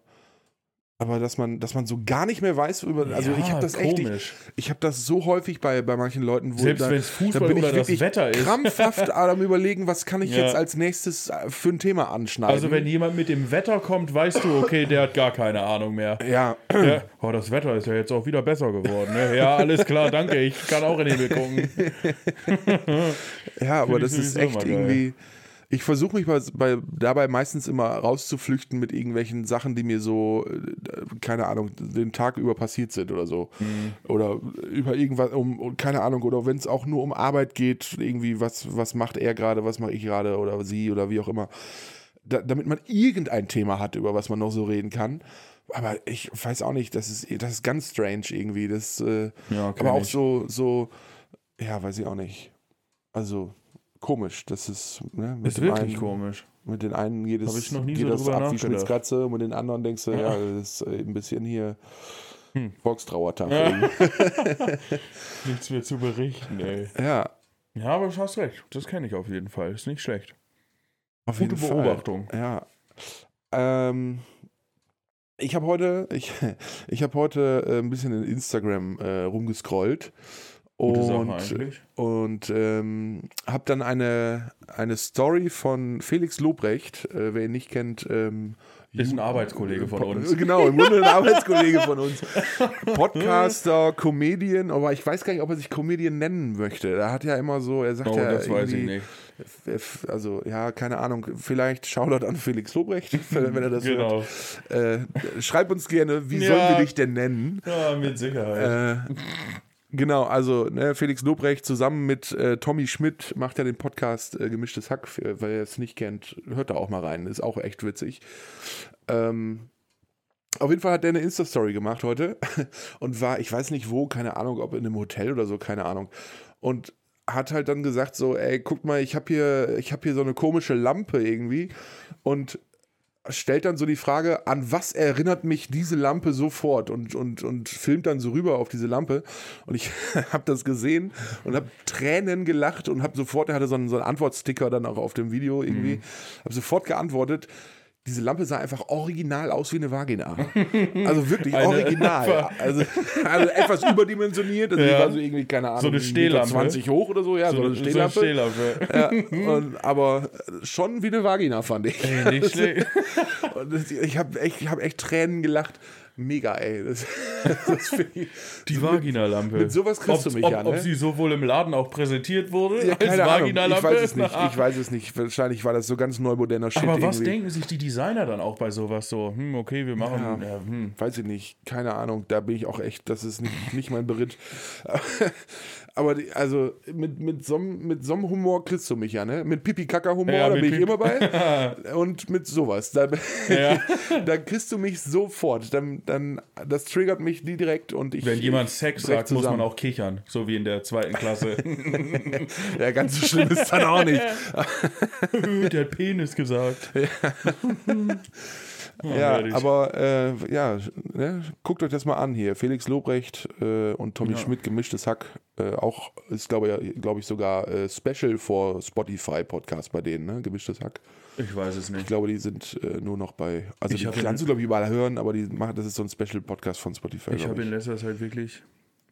[SPEAKER 1] Aber dass man, dass man so gar nicht mehr weiß, über, also
[SPEAKER 2] Ja,
[SPEAKER 1] ich habe das echt, ich,
[SPEAKER 2] komisch.
[SPEAKER 1] ich habe das so häufig bei, bei manchen Leuten, wo
[SPEAKER 2] Selbst
[SPEAKER 1] da-
[SPEAKER 2] wenn's Fußball
[SPEAKER 1] da bin
[SPEAKER 2] oder
[SPEAKER 1] ich
[SPEAKER 2] das
[SPEAKER 1] wirklich
[SPEAKER 2] Wetter ist.
[SPEAKER 1] krampfhaft am überlegen, was kann ich
[SPEAKER 2] Ja.
[SPEAKER 1] jetzt als nächstes äh, für ein Thema anschneiden.
[SPEAKER 2] Also wenn jemand mit dem Wetter kommt, weißt du, okay, der hat gar keine Ahnung mehr.
[SPEAKER 1] ja,
[SPEAKER 2] Ja. Oh, das Wetter ist ja jetzt auch wieder besser geworden. Ne? Ja, alles klar, danke. Ich kann auch in den Himmel gucken.
[SPEAKER 1] Ja, aber
[SPEAKER 2] Find ich
[SPEAKER 1] das ist
[SPEAKER 2] sowieso
[SPEAKER 1] echt
[SPEAKER 2] immer geil.
[SPEAKER 1] irgendwie. Ich versuche mich bei, bei, dabei meistens immer rauszuflüchten mit irgendwelchen Sachen, die mir so, äh, keine Ahnung, den Tag über passiert sind oder so.
[SPEAKER 2] Mhm.
[SPEAKER 1] Oder über irgendwas, um, um- keine Ahnung, oder wenn es auch nur um Arbeit geht, irgendwie, was, was macht er gerade, was mache ich gerade oder sie oder wie auch immer. Da, damit man irgendein Thema hat, über was man noch so reden kann. Aber ich weiß auch nicht, das ist, das ist ganz strange irgendwie. Das, äh,
[SPEAKER 2] Ja, kenn
[SPEAKER 1] aber auch
[SPEAKER 2] ich.
[SPEAKER 1] so, so, ja, weiß ich auch nicht. Also komisch, das ist, ne, mit
[SPEAKER 2] Ist
[SPEAKER 1] dem
[SPEAKER 2] wirklich
[SPEAKER 1] einen,
[SPEAKER 2] komisch.
[SPEAKER 1] Mit den einen geht es,
[SPEAKER 2] Hab ich noch nie
[SPEAKER 1] geht
[SPEAKER 2] so
[SPEAKER 1] das
[SPEAKER 2] drüber
[SPEAKER 1] ab wie
[SPEAKER 2] nachgedacht.
[SPEAKER 1] Schmitzkatze und mit den anderen denkst du, ja, das ist äh, ein bisschen hier
[SPEAKER 2] Hm.
[SPEAKER 1] Volkstrauertag. irgendwie.
[SPEAKER 2] Nichts mehr zu berichten, ey.
[SPEAKER 1] Ja,
[SPEAKER 2] Ja, aber du hast recht. Das kenne ich auf jeden Fall. Ist nicht schlecht.
[SPEAKER 1] auf
[SPEAKER 2] Gute
[SPEAKER 1] jeden Fall.
[SPEAKER 2] Beobachtung.
[SPEAKER 1] Ja. Ähm, ich habe heute, ich, ich habe heute äh, ein bisschen in Instagram äh, rumgescrollt
[SPEAKER 2] Gute Sache
[SPEAKER 1] und,
[SPEAKER 2] eigentlich.
[SPEAKER 1] und ähm, habe dann eine, eine Story von Felix Lobrecht, äh, wer ihn nicht kennt, ähm,
[SPEAKER 2] Ist ein
[SPEAKER 1] Ju-
[SPEAKER 2] Arbeitskollege von
[SPEAKER 1] Po-
[SPEAKER 2] uns.
[SPEAKER 1] Genau, im Grunde ein Arbeitskollege von uns. Podcaster, Comedian, aber ich weiß gar nicht, ob er sich Comedian nennen möchte. Er hat ja immer so, er sagt
[SPEAKER 2] Oh,
[SPEAKER 1] ja
[SPEAKER 2] das weiß ich
[SPEAKER 1] irgendwie-
[SPEAKER 2] nicht.
[SPEAKER 1] F- Also, ja, keine Ahnung. Vielleicht Shoutout an Felix Lobrecht, wenn wenn er das
[SPEAKER 2] Genau.
[SPEAKER 1] hört. Äh, schreib uns gerne, wie
[SPEAKER 2] Ja.
[SPEAKER 1] sollen wir dich denn nennen?
[SPEAKER 2] Ja, mit Sicherheit.
[SPEAKER 1] Äh, genau, also ne, Felix Lobrecht zusammen mit äh, Tommy Schmidt macht ja den Podcast äh, Gemischtes Hack. Für- Wer es nicht kennt, hört da auch mal rein. Ist auch echt witzig. Ähm, auf jeden Fall hat der eine Insta-Story gemacht heute und war, ich weiß nicht wo, keine Ahnung, ob in einem Hotel oder so, keine Ahnung. Und hat halt dann gesagt so, ey, guck mal, ich habe hier, ich habe hier so eine komische Lampe irgendwie und stellt dann so die Frage, an was erinnert mich diese Lampe sofort und, und, und filmt dann so rüber auf diese Lampe. Und ich habe das gesehen und habe Tränen gelacht und habe sofort, er hatte so einen, so einen Antwortsticker dann auch auf dem Video irgendwie,
[SPEAKER 2] Mhm.
[SPEAKER 1] habe sofort geantwortet, diese Lampe sah einfach original aus wie eine Vagina. Also wirklich
[SPEAKER 2] Eine-
[SPEAKER 1] original. Also, also etwas überdimensioniert. Also die
[SPEAKER 2] Ja.
[SPEAKER 1] war so irgendwie, keine Ahnung,
[SPEAKER 2] So eine Stehlampe.
[SPEAKER 1] 20 hoch oder so, ja, so, eine Stehlampe.
[SPEAKER 2] So eine Stehlampe.
[SPEAKER 1] ja, und, aber schon wie eine Vagina, fand ich.
[SPEAKER 2] Ey, nicht schlecht.
[SPEAKER 1] Und das, ich habe echt, ich hab echt Tränen gelacht. Mega, ey. Das, das find ich,
[SPEAKER 2] Die Vaginalampe.
[SPEAKER 1] mit sowas kriegst
[SPEAKER 2] Ob-
[SPEAKER 1] du mich
[SPEAKER 2] ob,
[SPEAKER 1] ja, ne?
[SPEAKER 2] Ob sie sowohl im Laden auch präsentiert wurde
[SPEAKER 1] ja,
[SPEAKER 2] als
[SPEAKER 1] keine Ahnung. Ich
[SPEAKER 2] Vaginalampe.
[SPEAKER 1] weiß es nicht. Ich weiß es nicht. Wahrscheinlich war das so ganz neu moderner Shit.
[SPEAKER 2] Aber was
[SPEAKER 1] irgendwie.
[SPEAKER 2] denken sich die Designer dann auch bei sowas so? Hm, okay, wir machen. Ja. hm.
[SPEAKER 1] Weiß ich nicht. Keine Ahnung. Da bin ich auch echt. Das ist nicht, nicht mein Beritt. Aber die, also mit, mit so einem mit so einem Humor kriegst du mich ja, ne? Mit Pipi-Kaka-Humor,
[SPEAKER 2] Ja,
[SPEAKER 1] da
[SPEAKER 2] mit
[SPEAKER 1] bin ich
[SPEAKER 2] Pipi-
[SPEAKER 1] immer bei. Und mit sowas. Da,
[SPEAKER 2] Ja.
[SPEAKER 1] da kriegst du mich sofort. Dann, dann, das triggert mich direkt und ich.
[SPEAKER 2] Wenn jemand Sex
[SPEAKER 1] brech
[SPEAKER 2] sagt, muss man
[SPEAKER 1] zusammen.
[SPEAKER 2] auch kichern. So wie in der zweiten Klasse.
[SPEAKER 1] Ja, ganz so schlimm ist dann auch nicht.
[SPEAKER 2] Äh, der hat Penis gesagt. Oh,
[SPEAKER 1] Ja,
[SPEAKER 2] herrlich.
[SPEAKER 1] aber äh, ja, ne, guckt euch das mal an hier. Felix Lobrecht äh, und Tommy Schmidt, gemischtes Hack. Äh, auch ist, glaube glaub ich, sogar äh, Special vor Spotify-Podcast bei denen, ne? Gemischtes Hack.
[SPEAKER 2] Ich weiß es
[SPEAKER 1] Ich
[SPEAKER 2] nicht.
[SPEAKER 1] glaube, die sind äh, nur noch bei. Also,
[SPEAKER 2] Ich
[SPEAKER 1] die
[SPEAKER 2] hab ihn-
[SPEAKER 1] kannst du, glaube ich, überall hören, aber die machen, das ist so ein Special-Podcast von Spotify.
[SPEAKER 2] Ich
[SPEAKER 1] glaub
[SPEAKER 2] habe in letzter Zeit wirklich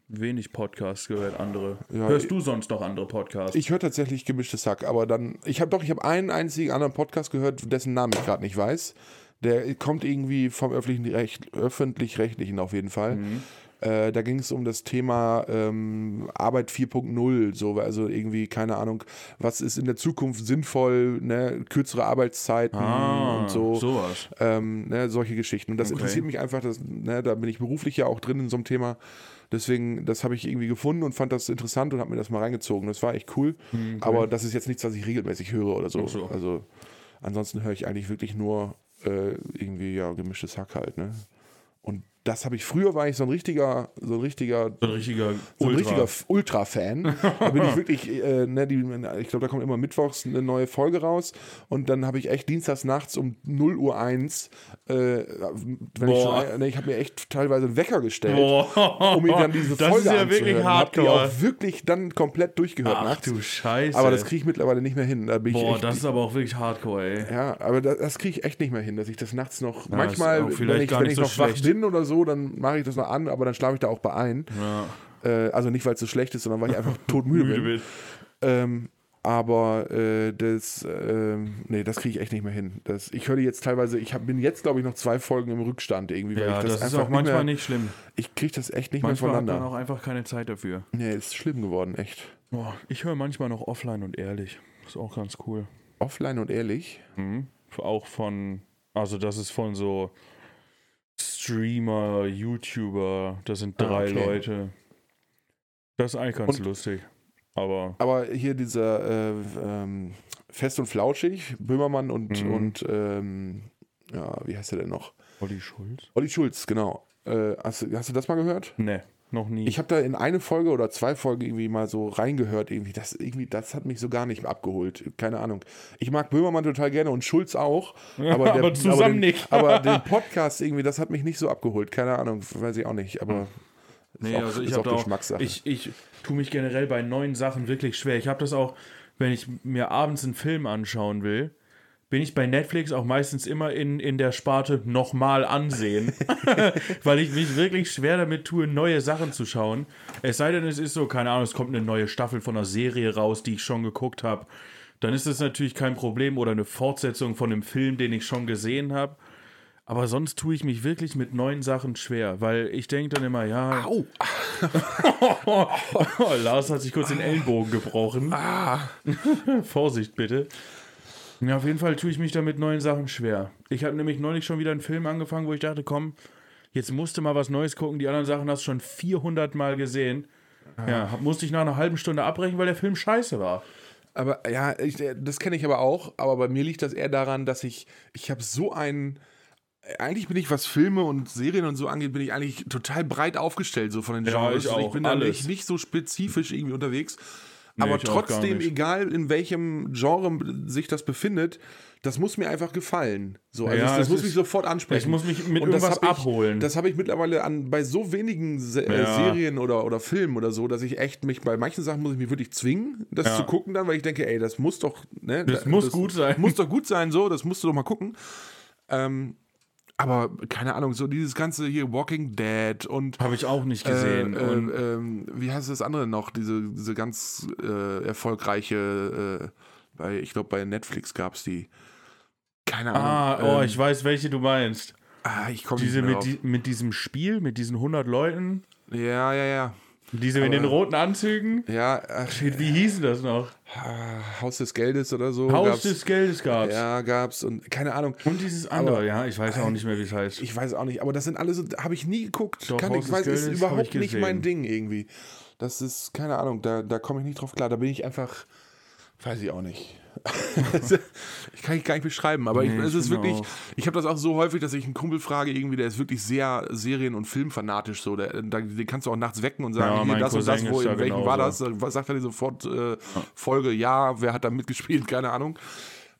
[SPEAKER 2] wenig Podcasts gehört, andere.
[SPEAKER 1] Ja,
[SPEAKER 2] Hörst
[SPEAKER 1] ich-
[SPEAKER 2] du sonst noch andere Podcasts?
[SPEAKER 1] Ich höre tatsächlich gemischtes Hack, aber dann, ich habe doch, ich habe einen einzigen anderen Podcast gehört, dessen Namen ich gerade nicht weiß. Der kommt irgendwie vom öffentlichen Recht, öffentlich-rechtlichen auf jeden Fall. Äh, da ging es um das Thema ähm, Arbeit 4.0, so, also irgendwie, keine Ahnung, was ist in der Zukunft sinnvoll, ne? kürzere Arbeitszeiten
[SPEAKER 2] Ah,
[SPEAKER 1] und so.
[SPEAKER 2] Sowas.
[SPEAKER 1] Ähm, ne, solche Geschichten. Und das
[SPEAKER 2] Okay.
[SPEAKER 1] interessiert mich einfach, dass, ne, da bin ich beruflich ja auch drin in so einem Thema. Deswegen, das habe ich irgendwie gefunden und fand das interessant und habe mir das mal reingezogen. Das war echt cool. Aber das ist jetzt nichts, was ich regelmäßig höre oder so.
[SPEAKER 2] Ach so.
[SPEAKER 1] Also ansonsten höre ich eigentlich wirklich nur äh, irgendwie ja gemischtes Hack halt, ne? Und Das habe ich früher, war ich so ein richtiger, so ein richtiger
[SPEAKER 2] So ein richtiger
[SPEAKER 1] so ein
[SPEAKER 2] Ultra.
[SPEAKER 1] richtiger F- Ultra-Fan. Da bin ich wirklich, äh, ne, die, ich glaube, da kommt immer mittwochs eine neue Folge raus. Und dann habe ich echt dienstags nachts um 0 Uhr 1, äh, wenn ich,
[SPEAKER 2] Boah.
[SPEAKER 1] schon, ne, ich habe mir echt teilweise einen Wecker gestellt,
[SPEAKER 2] Boah.
[SPEAKER 1] um mir dann diese
[SPEAKER 2] Oh. das
[SPEAKER 1] Folge
[SPEAKER 2] ist ja
[SPEAKER 1] anzuhören.
[SPEAKER 2] wirklich
[SPEAKER 1] Hab die
[SPEAKER 2] hardcore.
[SPEAKER 1] auch wirklich dann komplett durchgehört
[SPEAKER 2] Ach
[SPEAKER 1] nachts.
[SPEAKER 2] du Scheiße.
[SPEAKER 1] Aber das kriege ich mittlerweile nicht mehr hin. Da bin ich
[SPEAKER 2] Boah,
[SPEAKER 1] echt,
[SPEAKER 2] das ist aber auch wirklich hardcore, ey.
[SPEAKER 1] ja, aber das, das kriege ich echt nicht mehr hin, dass ich das nachts noch.
[SPEAKER 2] ist auch
[SPEAKER 1] manchmal,
[SPEAKER 2] vielleicht
[SPEAKER 1] wenn ich,
[SPEAKER 2] gar
[SPEAKER 1] wenn
[SPEAKER 2] nicht
[SPEAKER 1] ich
[SPEAKER 2] so
[SPEAKER 1] noch
[SPEAKER 2] schlecht.
[SPEAKER 1] wach bin oder so, dann mache ich das noch an, aber dann schlafe ich da auch bei ein.
[SPEAKER 2] Ja.
[SPEAKER 1] Äh, also nicht, weil es so schlecht ist, sondern weil ich einfach todmüde bin. Ähm, aber äh, das, ähm, nee, das kriege ich echt nicht mehr hin. Das, ich höre die jetzt teilweise, ich hab, bin jetzt, glaube ich, noch zwei Folgen im Rückstand irgendwie. Weil
[SPEAKER 2] Ja,
[SPEAKER 1] ich
[SPEAKER 2] das,
[SPEAKER 1] das,
[SPEAKER 2] ist
[SPEAKER 1] einfach
[SPEAKER 2] auch manchmal
[SPEAKER 1] nicht.
[SPEAKER 2] nicht schlimm.
[SPEAKER 1] Mehr, ich kriege das echt nicht
[SPEAKER 2] Manchmal
[SPEAKER 1] mehr
[SPEAKER 2] hat man
[SPEAKER 1] voneinander.
[SPEAKER 2] auch einfach keine Zeit dafür.
[SPEAKER 1] Nee, ist schlimm geworden, echt.
[SPEAKER 2] Boah, ich höre manchmal noch offline und ehrlich. Ist auch ganz cool.
[SPEAKER 1] Offline und ehrlich.
[SPEAKER 2] Mhm. Auch von, also das ist von so Streamer, YouTuber, das sind
[SPEAKER 1] Ah,
[SPEAKER 2] drei
[SPEAKER 1] okay.
[SPEAKER 2] Leute. Das ist eigentlich ganz
[SPEAKER 1] Und-
[SPEAKER 2] lustig. Aber
[SPEAKER 1] Aber hier dieser äh, ähm, Fest und Flauschig, Böhmermann und,
[SPEAKER 2] Mhm.
[SPEAKER 1] und ähm, ja, wie heißt er denn noch?
[SPEAKER 2] Olli Schulz?
[SPEAKER 1] Olli Schulz, genau. Äh, hast, du- hast du das mal gehört?
[SPEAKER 2] Ne, noch nie.
[SPEAKER 1] Ich habe da in eine Folge oder zwei Folgen irgendwie mal so reingehört, irgendwie. Das, irgendwie, das hat mich so gar nicht abgeholt. Keine Ahnung. Ich mag Böhmermann total gerne und Schulz auch. Aber, der,
[SPEAKER 2] Aber zusammen
[SPEAKER 1] den,
[SPEAKER 2] nicht.
[SPEAKER 1] aber den Podcast irgendwie, das hat mich nicht so abgeholt. Keine Ahnung, weiß ich auch nicht. Aber
[SPEAKER 2] Nee,
[SPEAKER 1] Ist auch-
[SPEAKER 2] also ich
[SPEAKER 1] ist auch
[SPEAKER 2] habe auch,
[SPEAKER 1] Geschmackssache.
[SPEAKER 2] ich, ich tue mich generell bei neuen Sachen wirklich schwer. Ich habe das auch, wenn ich mir abends einen Film anschauen will, bin ich bei Netflix auch meistens immer in, in der Sparte nochmal ansehen, weil ich mich wirklich schwer damit tue, neue Sachen zu schauen. Es sei denn, es ist so, keine Ahnung, es kommt eine neue Staffel von einer Serie raus, die ich schon geguckt habe. Dann ist das natürlich kein Problem oder eine Fortsetzung von einem Film, den ich schon gesehen habe. Aber sonst tue ich mich wirklich mit neuen Sachen schwer, weil ich denke dann immer, ja,
[SPEAKER 1] Au!
[SPEAKER 2] Oh, Lars hat sich kurz den Ellenbogen gebrochen. Vorsicht bitte. Ah. Ja, auf jeden Fall tue ich mich da mit neuen Sachen schwer. Ich habe nämlich neulich schon wieder einen Film angefangen, wo ich dachte, komm, jetzt musst du mal was Neues gucken. Die anderen Sachen hast du schon 400 Mal gesehen. Ja, hab- musste ich nach einer halben Stunde abbrechen, weil der Film scheiße war.
[SPEAKER 1] Aber ja, ich, äh, das kenne ich aber auch. Aber bei mir liegt das eher daran, dass ich, ich habe so einen. Eigentlich bin ich, was Filme und Serien und so angeht, bin ich eigentlich total breit aufgestellt, so von den
[SPEAKER 2] Ja,
[SPEAKER 1] Genres.
[SPEAKER 2] ich
[SPEAKER 1] Und
[SPEAKER 2] auch,
[SPEAKER 1] bin da
[SPEAKER 2] alles.
[SPEAKER 1] nicht, nicht so spezifisch irgendwie unterwegs.
[SPEAKER 2] Nee,
[SPEAKER 1] aber
[SPEAKER 2] ich auch gar
[SPEAKER 1] trotzdem,
[SPEAKER 2] nicht.
[SPEAKER 1] egal in welchem Genre sich das befindet, das muss mir einfach gefallen. So, also
[SPEAKER 2] Ja,
[SPEAKER 1] das,
[SPEAKER 2] es
[SPEAKER 1] muss
[SPEAKER 2] ist-
[SPEAKER 1] mich sofort ansprechen.
[SPEAKER 2] es muss mich mit
[SPEAKER 1] das
[SPEAKER 2] irgendwas
[SPEAKER 1] hab ich,
[SPEAKER 2] abholen.
[SPEAKER 1] Das habe ich mittlerweile an, bei so wenigen Se äh,
[SPEAKER 2] Ja.
[SPEAKER 1] Serien oder, oder Filmen oder so, dass ich echt mich bei manchen Sachen muss ich mich wirklich zwingen, das
[SPEAKER 2] Ja.
[SPEAKER 1] zu gucken dann, weil ich denke, ey, das muss doch, ne?
[SPEAKER 2] Das muss gut sein.
[SPEAKER 1] Muss doch gut sein, so, das musst du doch mal gucken. Ähm, aber keine Ahnung, so dieses ganze hier Walking Dead und
[SPEAKER 2] Habe ich auch nicht gesehen.
[SPEAKER 1] äh, äh,
[SPEAKER 2] Und
[SPEAKER 1] ähm, wie heißt das andere noch? Diese, diese ganz äh, erfolgreiche, äh, bei, ich glaube, bei Netflix gab es die. Keine
[SPEAKER 2] ah,
[SPEAKER 1] Ahnung.
[SPEAKER 2] oh,
[SPEAKER 1] ähm,
[SPEAKER 2] ich weiß, welche du meinst.
[SPEAKER 1] ah, ich komme nicht
[SPEAKER 2] Diese
[SPEAKER 1] mehr
[SPEAKER 2] mit,
[SPEAKER 1] drauf.
[SPEAKER 2] die, mit diesem Spiel, mit diesen 100 Leuten,
[SPEAKER 1] Ja, ja, ja.
[SPEAKER 2] diese mit den
[SPEAKER 1] Aber-
[SPEAKER 2] roten Anzügen.
[SPEAKER 1] Ja, ach,
[SPEAKER 2] Shit, wie hieß denn das noch?
[SPEAKER 1] ah, Haus des Geldes oder so.
[SPEAKER 2] Haus
[SPEAKER 1] gab's.
[SPEAKER 2] des Geldes gab's.
[SPEAKER 1] Ja, gab's und keine Ahnung.
[SPEAKER 2] Und dieses andere, ja, ich weiß auch nicht mehr, wie es heißt.
[SPEAKER 1] Ich weiß auch nicht, aber das sind alle so, habe ich nie geguckt.
[SPEAKER 2] Doch,
[SPEAKER 1] Kann
[SPEAKER 2] Haus
[SPEAKER 1] ich
[SPEAKER 2] des
[SPEAKER 1] weiß, ist
[SPEAKER 2] Geldes hab
[SPEAKER 1] überhaupt
[SPEAKER 2] ich
[SPEAKER 1] nicht mein
[SPEAKER 2] gesehen.
[SPEAKER 1] Ding irgendwie. Das ist, keine Ahnung, da, da komme ich nicht drauf klar. Da bin ich einfach, weiß ich auch nicht. ich kann ich gar nicht beschreiben, aber
[SPEAKER 2] Nee,
[SPEAKER 1] ich, es
[SPEAKER 2] ich
[SPEAKER 1] ist
[SPEAKER 2] bin
[SPEAKER 1] wirklich,
[SPEAKER 2] auch-
[SPEAKER 1] ich habe das auch so häufig, dass ich einen Kumpel frage, irgendwie, der ist wirklich sehr serien- und filmfanatisch so. Der, da, den kannst du auch nachts wecken und
[SPEAKER 2] Ja,
[SPEAKER 1] sagen, hier,
[SPEAKER 2] mein
[SPEAKER 1] das und das,
[SPEAKER 2] Cousin
[SPEAKER 1] wo,
[SPEAKER 2] ist
[SPEAKER 1] in
[SPEAKER 2] da
[SPEAKER 1] welchem war das? Was sagt er dir sofort äh, Folge, ja, wer hat da mitgespielt, keine Ahnung.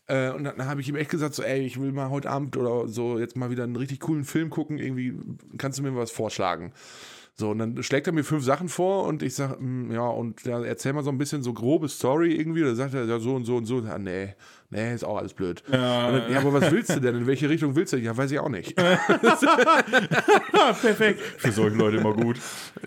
[SPEAKER 1] Äh, und dann, dann habe ich ihm echt gesagt, so, ey, ich will mal heute Abend oder so jetzt mal wieder einen richtig coolen Film gucken, irgendwie kannst du mir was vorschlagen. So, und dann schlägt er mir fünf Sachen vor und ich sage, ja, und ja, erzähl mal so ein bisschen so grobe Story irgendwie. Oder sagt er, ja, so und so und so. Ja, nee, nee, ist auch alles blöd. Ja, und dann, ja aber was willst du denn? In welche Richtung willst du? Ja, weiß ich auch nicht.
[SPEAKER 2] Ah, perfekt. Für solche Leute immer gut.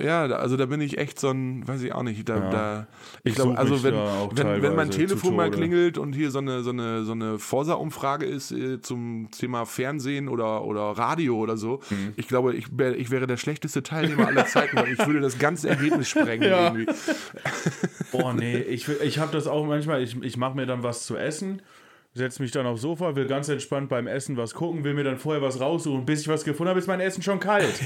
[SPEAKER 1] Ja, da- also da bin ich echt so ein, weiß ich auch nicht, da, da ich
[SPEAKER 2] Ich
[SPEAKER 1] glaube,
[SPEAKER 2] such
[SPEAKER 1] also
[SPEAKER 2] mich
[SPEAKER 1] wenn,
[SPEAKER 2] da auch
[SPEAKER 1] wenn, wenn mein
[SPEAKER 2] teilweise zu
[SPEAKER 1] Telefon mal
[SPEAKER 2] Tode.
[SPEAKER 1] klingelt und hier so eine, so eine, so eine Forsa-Umfrage ist äh, zum Thema Fernsehen oder, oder Radio oder so,
[SPEAKER 2] Mhm.
[SPEAKER 1] ich glaube, ich, wär, ich wäre der schlechteste Teilnehmer aller Zeiten, weil ich würde das ganze Ergebnis sprengen
[SPEAKER 2] Ja.
[SPEAKER 1] irgendwie.
[SPEAKER 2] Boah, nee, ich, will- ich habe das auch manchmal, ich, ich mache mir dann was zu essen, setze mich dann aufs Sofa, will ganz entspannt beim Essen was gucken, will mir dann vorher was raussuchen, bis ich was gefunden habe, ist mein Essen schon kalt.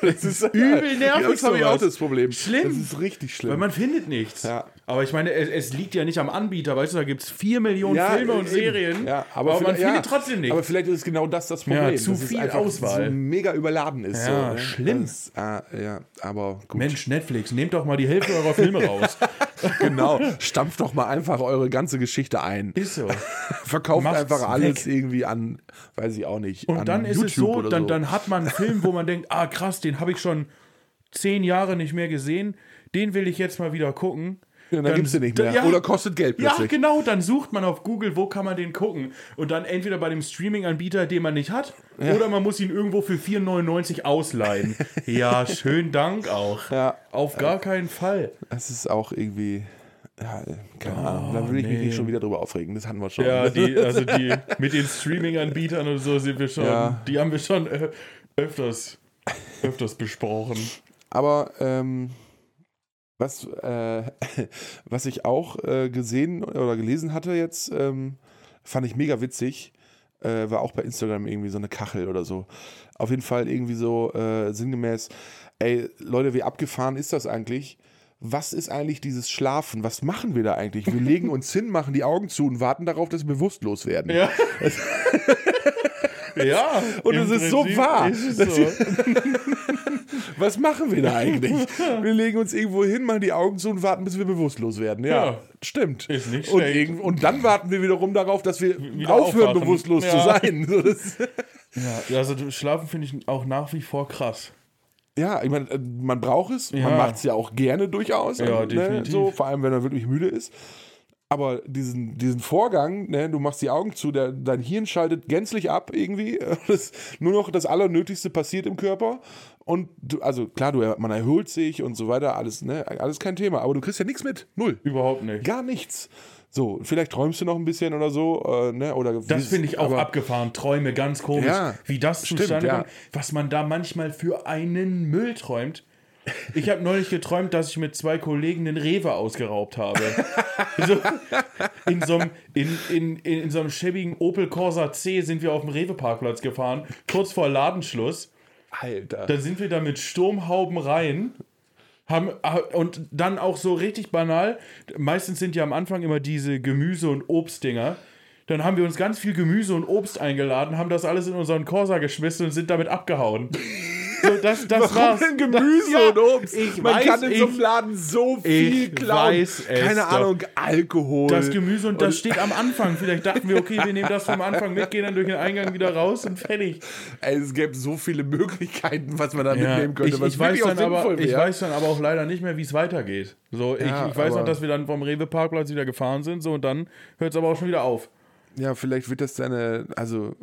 [SPEAKER 1] Das ist
[SPEAKER 2] übel nervig
[SPEAKER 1] Ja, das habe ich auch
[SPEAKER 2] sowas.
[SPEAKER 1] das Problem.
[SPEAKER 2] Schlimm.
[SPEAKER 1] Das ist richtig
[SPEAKER 2] Weil
[SPEAKER 1] schlimm.
[SPEAKER 2] man findet nichts.
[SPEAKER 1] Ja.
[SPEAKER 2] Aber ich meine, es, es liegt ja nicht am Anbieter, weißt du, da gibt es 4 Millionen Filme und
[SPEAKER 1] eben.
[SPEAKER 2] Serien.
[SPEAKER 1] Ja, aber
[SPEAKER 2] man
[SPEAKER 1] vielleicht-
[SPEAKER 2] viele
[SPEAKER 1] ja,
[SPEAKER 2] trotzdem nicht.
[SPEAKER 1] Aber vielleicht ist es genau das das Problem.
[SPEAKER 2] zu
[SPEAKER 1] dass es
[SPEAKER 2] viel
[SPEAKER 1] einfach
[SPEAKER 2] Auswahl.
[SPEAKER 1] So mega überladen ist.
[SPEAKER 2] Ja,
[SPEAKER 1] so, ne?
[SPEAKER 2] schlimm.
[SPEAKER 1] Das, äh, ja, aber gut.
[SPEAKER 2] Mensch, Netflix, nehmt doch mal die Hälfte eurer Filme raus.
[SPEAKER 1] Genau. Stampft doch mal einfach eure ganze Geschichte ein.
[SPEAKER 2] Ist so.
[SPEAKER 1] Verkauft
[SPEAKER 2] Macht's
[SPEAKER 1] einfach alles
[SPEAKER 2] weg.
[SPEAKER 1] irgendwie an, weiß ich auch nicht.
[SPEAKER 2] Und
[SPEAKER 1] an
[SPEAKER 2] dann ist
[SPEAKER 1] YouTube
[SPEAKER 2] es so,
[SPEAKER 1] oder
[SPEAKER 2] dann,
[SPEAKER 1] so.
[SPEAKER 2] dann hat man einen Film, wo man denkt, ah krass, den habe ich schon zehn Jahre nicht mehr gesehen, den will ich jetzt mal wieder gucken.
[SPEAKER 1] Ja, dann gibt's den nicht
[SPEAKER 2] dann-
[SPEAKER 1] mehr. Oder kostet Geld
[SPEAKER 2] Ja,
[SPEAKER 1] plötzlich.
[SPEAKER 2] genau, dann sucht man auf Google, wo kann man den gucken. Und dann entweder bei dem Streaming-Anbieter, den man nicht hat, oder man muss ihn irgendwo für 4,99 ausleihen. ja, schönen Dank auch.
[SPEAKER 1] Ja.
[SPEAKER 2] Auf gar keinen Fall.
[SPEAKER 1] Das ist auch irgendwie. Ja, keine Ahnung. Da will ich mich
[SPEAKER 2] Oh, nee.
[SPEAKER 1] nicht schon wieder drüber aufregen. Das hatten wir schon.
[SPEAKER 2] Ja, die, also die mit den Streaming-Anbietern und so sind wir schon,
[SPEAKER 1] Ja.
[SPEAKER 2] die haben wir schon ö- öfters, öfters besprochen.
[SPEAKER 1] Aber ähm, was, äh, was ich auch äh, gesehen oder gelesen hatte jetzt, ähm, fand ich mega witzig. Äh, war auch bei Instagram irgendwie so eine Kachel oder so. Auf jeden Fall irgendwie so äh, sinngemäß, ey, Leute, wie abgefahren ist das eigentlich? Was ist eigentlich dieses Schlafen? Was machen wir da eigentlich? Wir legen uns hin, machen die Augen zu und warten darauf, dass wir bewusstlos werden.
[SPEAKER 2] Ja. ja.
[SPEAKER 1] Und
[SPEAKER 2] im
[SPEAKER 1] es ist so
[SPEAKER 2] Prinzip
[SPEAKER 1] wahr.
[SPEAKER 2] Ist
[SPEAKER 1] Das
[SPEAKER 2] es so.
[SPEAKER 1] Was machen wir da eigentlich? wir legen uns irgendwo hin, machen die Augen zu und warten, bis wir bewusstlos werden. Ja,
[SPEAKER 2] Ja.
[SPEAKER 1] stimmt.
[SPEAKER 2] Ist nicht
[SPEAKER 1] und,
[SPEAKER 2] schlecht.
[SPEAKER 1] irgend- und dann warten wir wiederum darauf, dass wir
[SPEAKER 2] wieder
[SPEAKER 1] aufhören,
[SPEAKER 2] aufwachen.
[SPEAKER 1] bewusstlos zu
[SPEAKER 2] Ja.
[SPEAKER 1] sein. So, das,
[SPEAKER 2] Ja, also Schlafen finde ich auch nach wie vor krass.
[SPEAKER 1] ja, ich meine, äh, man braucht es,
[SPEAKER 2] Ja.
[SPEAKER 1] man macht es ja auch gerne durchaus. ne?
[SPEAKER 2] Ja, definitiv.
[SPEAKER 1] so, vor allem, wenn man wirklich müde ist. Aber diesen, diesen Vorgang, ne, du machst die Augen zu, der, dein Hirn schaltet gänzlich ab irgendwie. Das, nur noch das Allernötigste passiert im Körper. Und du, also klar, du, man erholt sich und so weiter, alles, ne, alles kein Thema. Aber du kriegst ja nichts mit. Null.
[SPEAKER 2] Überhaupt nicht.
[SPEAKER 1] Gar nichts. So, vielleicht träumst du noch ein bisschen oder so, äh, ne? Oder
[SPEAKER 2] Das finde ich auch
[SPEAKER 1] aber-
[SPEAKER 2] abgefahren. Träume ganz komisch.
[SPEAKER 1] Ja,
[SPEAKER 2] wie das
[SPEAKER 1] stimmt,
[SPEAKER 2] zustande
[SPEAKER 1] ja.
[SPEAKER 2] kommt. Was man da manchmal für einen Müll träumt. Ich habe neulich geträumt, dass ich mit zwei Kollegen den Rewe ausgeraubt habe. So, in, so einem, in, in, in, in so einem schäbigen Opel Corsa C sind wir auf dem Rewe-Parkplatz gefahren, kurz vor Ladenschluss.
[SPEAKER 1] Alter.
[SPEAKER 2] Dann sind wir da mit Sturmhauben rein. Haben, ah, und dann auch so richtig banal. Meistens sind ja am Anfang immer diese Gemüse- und Obstdinger. Dann haben wir uns ganz viel Gemüse und Obst eingeladen, haben das alles in unseren Corsa geschmissen und sind damit abgehauen. So, das, das
[SPEAKER 1] Warum
[SPEAKER 2] war's.
[SPEAKER 1] denn Gemüse
[SPEAKER 2] Ja,
[SPEAKER 1] und Obst?
[SPEAKER 2] ich
[SPEAKER 1] Man
[SPEAKER 2] weiß,
[SPEAKER 1] kann in so einem
[SPEAKER 2] ich-
[SPEAKER 1] Laden so viel
[SPEAKER 2] ich
[SPEAKER 1] klauen.
[SPEAKER 2] weiß es
[SPEAKER 1] Keine
[SPEAKER 2] doch.
[SPEAKER 1] Ahnung, Alkohol.
[SPEAKER 2] Das Gemüse und das steht am Anfang. Vielleicht dachten wir, okay, wir nehmen das vom Anfang mit, gehen dann durch den Eingang wieder raus und fertig.
[SPEAKER 1] Ey, es gäbe so viele Möglichkeiten, was man da mitnehmen könnte.
[SPEAKER 2] ich,
[SPEAKER 1] was
[SPEAKER 2] ich, weiß
[SPEAKER 1] wirklich auch
[SPEAKER 2] dann aber,
[SPEAKER 1] sinnvoll
[SPEAKER 2] ich
[SPEAKER 1] wäre.
[SPEAKER 2] weiß dann aber auch leider nicht mehr, wie es weitergeht. So, ich,
[SPEAKER 1] Ja,
[SPEAKER 2] ich weiß noch,
[SPEAKER 1] aber-
[SPEAKER 2] dass wir dann vom Rewe-Parkplatz wieder gefahren sind, so und dann hört es aber auch schon wieder auf.
[SPEAKER 1] Ja, vielleicht wird das deine, also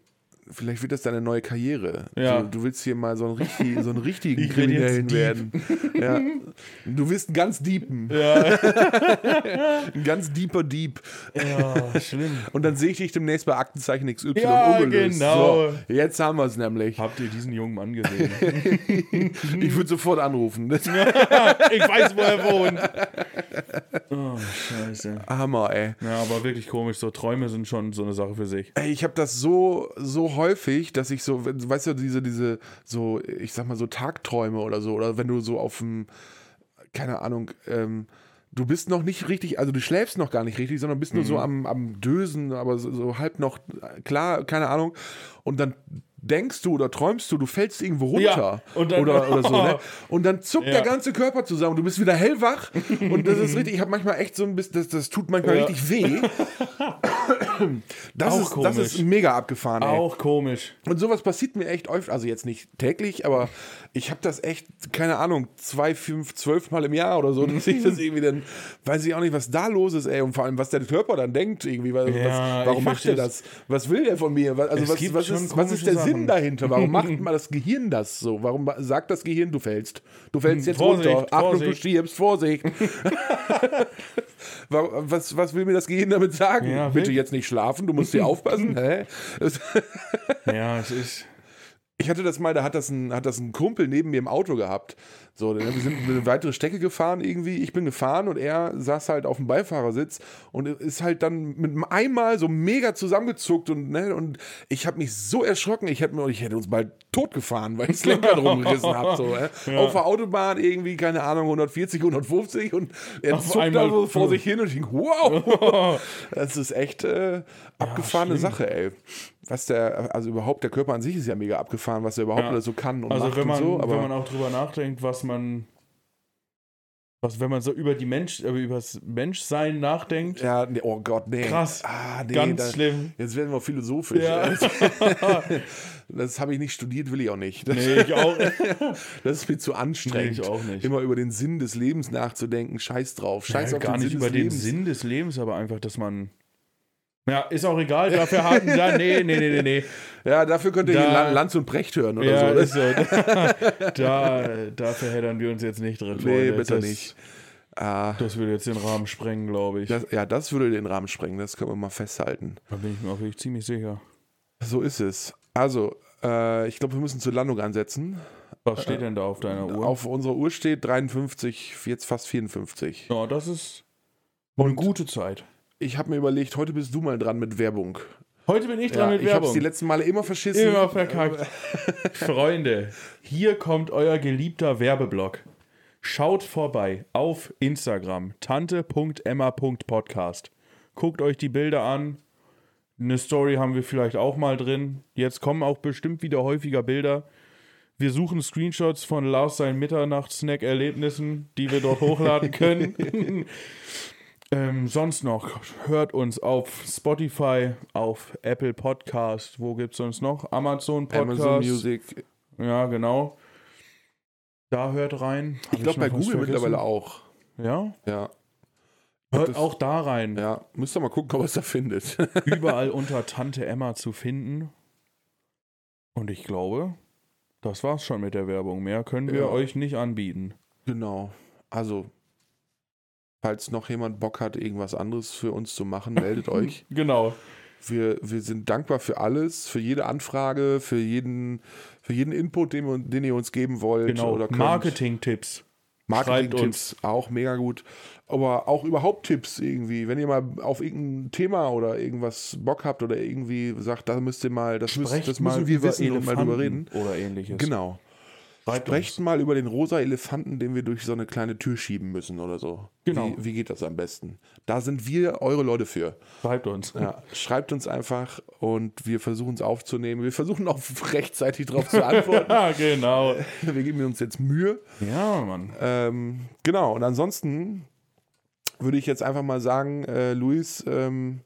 [SPEAKER 1] vielleicht wird das deine neue Karriere.
[SPEAKER 2] Ja.
[SPEAKER 1] So, du willst hier mal so einen, richtig, so einen richtigen
[SPEAKER 2] Ich werde jetzt
[SPEAKER 1] Kriminellen werden. Ja. Du wirst ein ganz Diepen. ein ganz deeper Dieb.
[SPEAKER 2] Ja, schlimm.
[SPEAKER 1] Und dann sehe ich dich demnächst bei Aktenzeichen XY
[SPEAKER 2] Ja,
[SPEAKER 1] ungelöst.
[SPEAKER 2] genau.
[SPEAKER 1] So, jetzt haben wir es nämlich.
[SPEAKER 2] Habt ihr diesen jungen Mann gesehen?
[SPEAKER 1] Ich würde sofort anrufen. Das ist
[SPEAKER 2] ich weiß, wo er wohnt. Oh, scheiße.
[SPEAKER 1] Hammer, ey.
[SPEAKER 2] Ja, aber wirklich komisch. So Träume sind schon so eine Sache für sich.
[SPEAKER 1] Ey, ich habe das so, so häufig, dass ich so, wenn- weißt du, diese, diese, so, ich sag mal, so Tagträume oder so, oder wenn du so auf dem, keine Ahnung, ähm, du bist noch nicht richtig, also du schläfst noch gar nicht richtig, sondern bist nur
[SPEAKER 2] Mhm.
[SPEAKER 1] so am, am Dösen, aber so, so halb noch, äh, klar, keine Ahnung, und dann denkst du oder träumst du, du fällst irgendwo runter
[SPEAKER 2] Ja, und dann-
[SPEAKER 1] oder, oder so, ne? Und dann zuckt
[SPEAKER 2] Ja.
[SPEAKER 1] der ganze Körper zusammen, du bist wieder hellwach und das ist richtig, ich habe manchmal echt so ein bisschen, das, das tut manchmal
[SPEAKER 2] Ja.
[SPEAKER 1] richtig weh. Das,
[SPEAKER 2] Auch
[SPEAKER 1] ist, das ist
[SPEAKER 2] komisch.
[SPEAKER 1] mega abgefahren, ey.
[SPEAKER 2] Auch komisch.
[SPEAKER 1] Und sowas passiert mir echt öfter, also jetzt nicht täglich, aber ich habe das echt, keine Ahnung, zwei, fünf, zwölf Mal im Jahr oder so, dass ich das irgendwie dann, weiß ich auch nicht, was da los ist, ey, und vor allem, was der Körper dann denkt, irgendwie, was,
[SPEAKER 2] Ja,
[SPEAKER 1] was,
[SPEAKER 2] ich
[SPEAKER 1] warum macht er
[SPEAKER 2] verstehe
[SPEAKER 1] das? Was will der von mir? Was, also,
[SPEAKER 2] Es
[SPEAKER 1] was,
[SPEAKER 2] gibt
[SPEAKER 1] was,
[SPEAKER 2] schon
[SPEAKER 1] ist, was ist
[SPEAKER 2] komische
[SPEAKER 1] der
[SPEAKER 2] Sachen.
[SPEAKER 1] Sinn dahinter? Warum macht mal das Gehirn das so? Warum ma- sagt das Gehirn, du fällst? Du fällst jetzt
[SPEAKER 2] Vorsicht,
[SPEAKER 1] runter. Achtung, du
[SPEAKER 2] Vorsicht.
[SPEAKER 1] stirbst, Vorsicht. Warum- was, was will mir das Gehirn damit sagen?
[SPEAKER 2] Ja,
[SPEAKER 1] Bitte
[SPEAKER 2] wirklich.
[SPEAKER 1] jetzt nicht schlafen, du musst hier aufpassen. Hä? Das,
[SPEAKER 2] Ja, es ist.
[SPEAKER 1] Ich hatte das mal, da hat das ein, hat das ein Kumpel neben mir im Auto gehabt. So, dann- wir sind eine weitere Strecke gefahren irgendwie. Ich bin gefahren und er saß halt auf dem Beifahrersitz und ist halt dann mit einem einmal so mega zusammengezuckt und, ne, und ich habe mich so erschrocken. Ich hätte, mir- ich hätte uns bald tot gefahren, weil ich das Lenkrad rumgerissen habe. So, ne? Auf der Autobahn irgendwie, keine Ahnung, 140, 150 und er
[SPEAKER 2] Auf
[SPEAKER 1] zuckt da
[SPEAKER 2] einmal-
[SPEAKER 1] so vor sich hin und ich denk, wow, das ist echt äh, abgefahrene Sache, ey. Was der, also überhaupt, der Körper an sich ist ja mega abgefahren, was er überhaupt
[SPEAKER 2] Ja.
[SPEAKER 1] alles so kann und
[SPEAKER 2] Also
[SPEAKER 1] macht
[SPEAKER 2] wenn man,
[SPEAKER 1] und so. Aber
[SPEAKER 2] wenn man auch drüber nachdenkt, was man, was wenn man so über die Mensch, äh, über das Menschsein nachdenkt,
[SPEAKER 1] ja, nee, oh Gott, nee.
[SPEAKER 2] Krass.
[SPEAKER 1] Ah, nee,
[SPEAKER 2] ganz
[SPEAKER 1] da-
[SPEAKER 2] schlimm.
[SPEAKER 1] Jetzt werden wir philosophisch.
[SPEAKER 2] Ja.
[SPEAKER 1] Das habe ich nicht studiert, will ich auch nicht.
[SPEAKER 2] Nee, ich auch.
[SPEAKER 1] Das ist mir zu anstrengend.
[SPEAKER 2] Nee, ich auch nicht.
[SPEAKER 1] Immer über den Sinn des Lebens nachzudenken. Scheiß drauf. Scheiß
[SPEAKER 2] ja,
[SPEAKER 1] auf
[SPEAKER 2] gar
[SPEAKER 1] den
[SPEAKER 2] nicht
[SPEAKER 1] Sinn
[SPEAKER 2] über
[SPEAKER 1] des
[SPEAKER 2] den
[SPEAKER 1] Lebens.
[SPEAKER 2] Sinn des Lebens, aber einfach, dass man. Ja, ist auch egal, dafür haben da. Nee, nee, nee, nee, nee.
[SPEAKER 1] Ja, dafür könnt ihr
[SPEAKER 2] Da-
[SPEAKER 1] hier Lan- Lanz und Brecht hören oder
[SPEAKER 2] Ja,
[SPEAKER 1] so. Das-
[SPEAKER 2] ist so. Da, da, da verheddern wir uns jetzt nicht drin.
[SPEAKER 1] Nee,
[SPEAKER 2] Freunde.
[SPEAKER 1] bitte
[SPEAKER 2] das,
[SPEAKER 1] nicht. Ah,
[SPEAKER 2] Das würde jetzt den Rahmen sprengen, glaube ich.
[SPEAKER 1] das, ja, das würde den Rahmen sprengen, das können wir mal festhalten.
[SPEAKER 2] da bin ich mir auch wirklich ziemlich sicher.
[SPEAKER 1] So ist es. Also, äh, ich glaube, wir müssen zur Landung ansetzen.
[SPEAKER 2] Was steht denn da Äh, auf deiner Uhr?
[SPEAKER 1] Auf unserer Uhr steht 53, jetzt fast 54.
[SPEAKER 2] ja, das ist eine gute Zeit.
[SPEAKER 1] Ich habe mir überlegt, heute bist du mal dran mit Werbung.
[SPEAKER 2] Heute bin ich
[SPEAKER 1] Ja,
[SPEAKER 2] dran mit
[SPEAKER 1] ich habe es die
[SPEAKER 2] Werbung.
[SPEAKER 1] letzten Male immer verschissen.
[SPEAKER 2] Immer verkackt. Freunde, hier kommt euer geliebter Werbeblock. Schaut vorbei auf Instagram tante.emma.podcast. Guckt euch die Bilder an. Eine Story haben wir vielleicht auch mal drin. Jetzt kommen auch bestimmt wieder häufiger Bilder. Wir suchen Screenshots von Lars seinen Mitternachts-Snack-Erlebnissen, die wir dort hochladen können. Ähm, sonst noch, hört uns auf Spotify, auf Apple Podcast, wo gibt's uns noch? Amazon Podcast.
[SPEAKER 1] Amazon Music.
[SPEAKER 2] Ja, genau. Da hört rein. Hab
[SPEAKER 1] Ich glaube,
[SPEAKER 2] noch
[SPEAKER 1] bei
[SPEAKER 2] was
[SPEAKER 1] Google
[SPEAKER 2] vergessen?
[SPEAKER 1] mittlerweile auch.
[SPEAKER 2] Ja,
[SPEAKER 1] Ja,
[SPEAKER 2] hört
[SPEAKER 1] das-
[SPEAKER 2] auch da rein.
[SPEAKER 1] ja. Müsst ihr mal gucken, ob ihr es da findet.
[SPEAKER 2] Überall unter Tante Emma zu finden. Und ich glaube, das war's schon mit der Werbung. Mehr können wir
[SPEAKER 1] Ja.
[SPEAKER 2] euch nicht anbieten.
[SPEAKER 1] genau. Also, falls noch jemand Bock hat, irgendwas anderes für uns zu machen, meldet euch.
[SPEAKER 2] Genau.
[SPEAKER 1] Wir, wir sind dankbar für alles, für jede Anfrage, für jeden, für jeden Input, den, wir- den ihr uns geben wollt.
[SPEAKER 2] genau.
[SPEAKER 1] Oder könnt.
[SPEAKER 2] Marketing-Tipps. Schreibt
[SPEAKER 1] Marketing-Tipps auch mega gut. Aber auch überhaupt Tipps irgendwie. Wenn ihr mal auf irgendein Thema oder irgendwas Bock habt oder irgendwie sagt, da müsst ihr mal, das, müsst,
[SPEAKER 2] Sprecht
[SPEAKER 1] das müssen
[SPEAKER 2] mal
[SPEAKER 1] wir
[SPEAKER 2] über
[SPEAKER 1] wissen und mal drüber reden.
[SPEAKER 2] Elefanten Oder ähnliches.
[SPEAKER 1] Genau.
[SPEAKER 2] Schreibt
[SPEAKER 1] Sprecht
[SPEAKER 2] uns.
[SPEAKER 1] mal über den rosa Elefanten, den wir durch so eine kleine Tür schieben müssen oder so.
[SPEAKER 2] Genau.
[SPEAKER 1] Wie, wie geht das am besten? Da sind wir eure Leute für.
[SPEAKER 2] Schreibt uns.
[SPEAKER 1] Ja, schreibt uns einfach und wir versuchen es aufzunehmen. Wir versuchen auch rechtzeitig darauf zu antworten.
[SPEAKER 2] Ja, genau.
[SPEAKER 1] wir geben uns jetzt Mühe.
[SPEAKER 2] Ja, Mann.
[SPEAKER 1] Ähm, genau, und ansonsten würde ich jetzt einfach mal sagen, äh, Luis, ähm,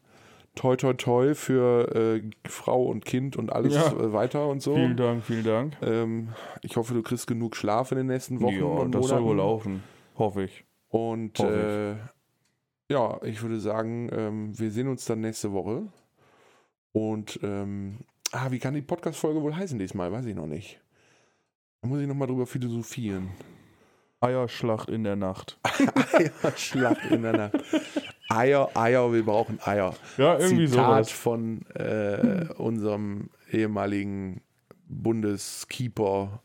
[SPEAKER 1] toi toi toi für äh, Frau und Kind und alles
[SPEAKER 2] Ja.
[SPEAKER 1] äh, weiter und so.
[SPEAKER 2] Vielen Dank, vielen Dank.
[SPEAKER 1] Ähm, ich hoffe, du kriegst genug Schlaf in den nächsten Wochen
[SPEAKER 2] ja,
[SPEAKER 1] und
[SPEAKER 2] das soll
[SPEAKER 1] Monaten.
[SPEAKER 2] wohl laufen. Hoffe ich.
[SPEAKER 1] Und äh,
[SPEAKER 2] Hoffe
[SPEAKER 1] ja, ich würde sagen, ähm, wir sehen uns dann nächste Woche. Und ähm, ah, wie kann die Podcast-Folge wohl heißen diesmal? Weiß ich noch nicht. Da muss ich nochmal drüber philosophieren.
[SPEAKER 2] Eierschlacht in der Nacht.
[SPEAKER 1] Eierschlacht in der Nacht. Eier, Eier, wir brauchen Eier.
[SPEAKER 2] Ja, irgendwie
[SPEAKER 1] Zitat
[SPEAKER 2] sowas.
[SPEAKER 1] von äh, unserem ehemaligen Bundeskeeper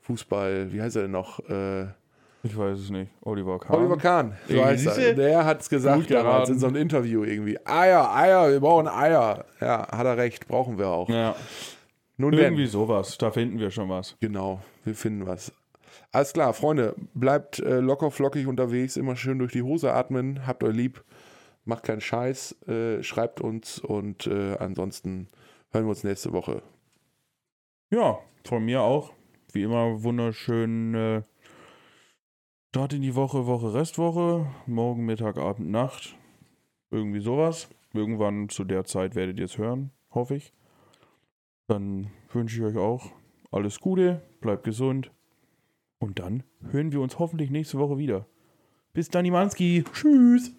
[SPEAKER 1] Fußball, wie heißt er denn noch? Äh,
[SPEAKER 2] Ich weiß es nicht. Oliver Kahn.
[SPEAKER 1] Oliver Kahn, so
[SPEAKER 2] Ja,
[SPEAKER 1] heißt er.
[SPEAKER 2] siehste?
[SPEAKER 1] Der hat es
[SPEAKER 2] Gut
[SPEAKER 1] gesagt damals
[SPEAKER 2] geraten.
[SPEAKER 1] in so einem Interview irgendwie. Eier, Eier, wir brauchen Eier. Ja, hat er recht, brauchen wir auch.
[SPEAKER 2] Ja,
[SPEAKER 1] Nun
[SPEAKER 2] irgendwie
[SPEAKER 1] denn,
[SPEAKER 2] sowas. Da finden wir schon was.
[SPEAKER 1] genau, wir finden was. Alles klar, Freunde, bleibt äh, locker flockig unterwegs, immer schön durch die Hose atmen, habt euch lieb, macht keinen Scheiß, äh, schreibt uns und äh, ansonsten hören wir uns nächste Woche.
[SPEAKER 2] Ja, von mir auch. Wie immer wunderschön. Äh, Start in die Woche, Woche, Restwoche. Morgen, Mittag, Abend, Nacht. Irgendwie sowas. Irgendwann zu der Zeit werdet ihr es hören, hoffe ich. Dann wünsche ich euch auch alles Gute, bleibt gesund. Und dann hören wir uns hoffentlich nächste Woche wieder. Bis dann, Imanski. Tschüss.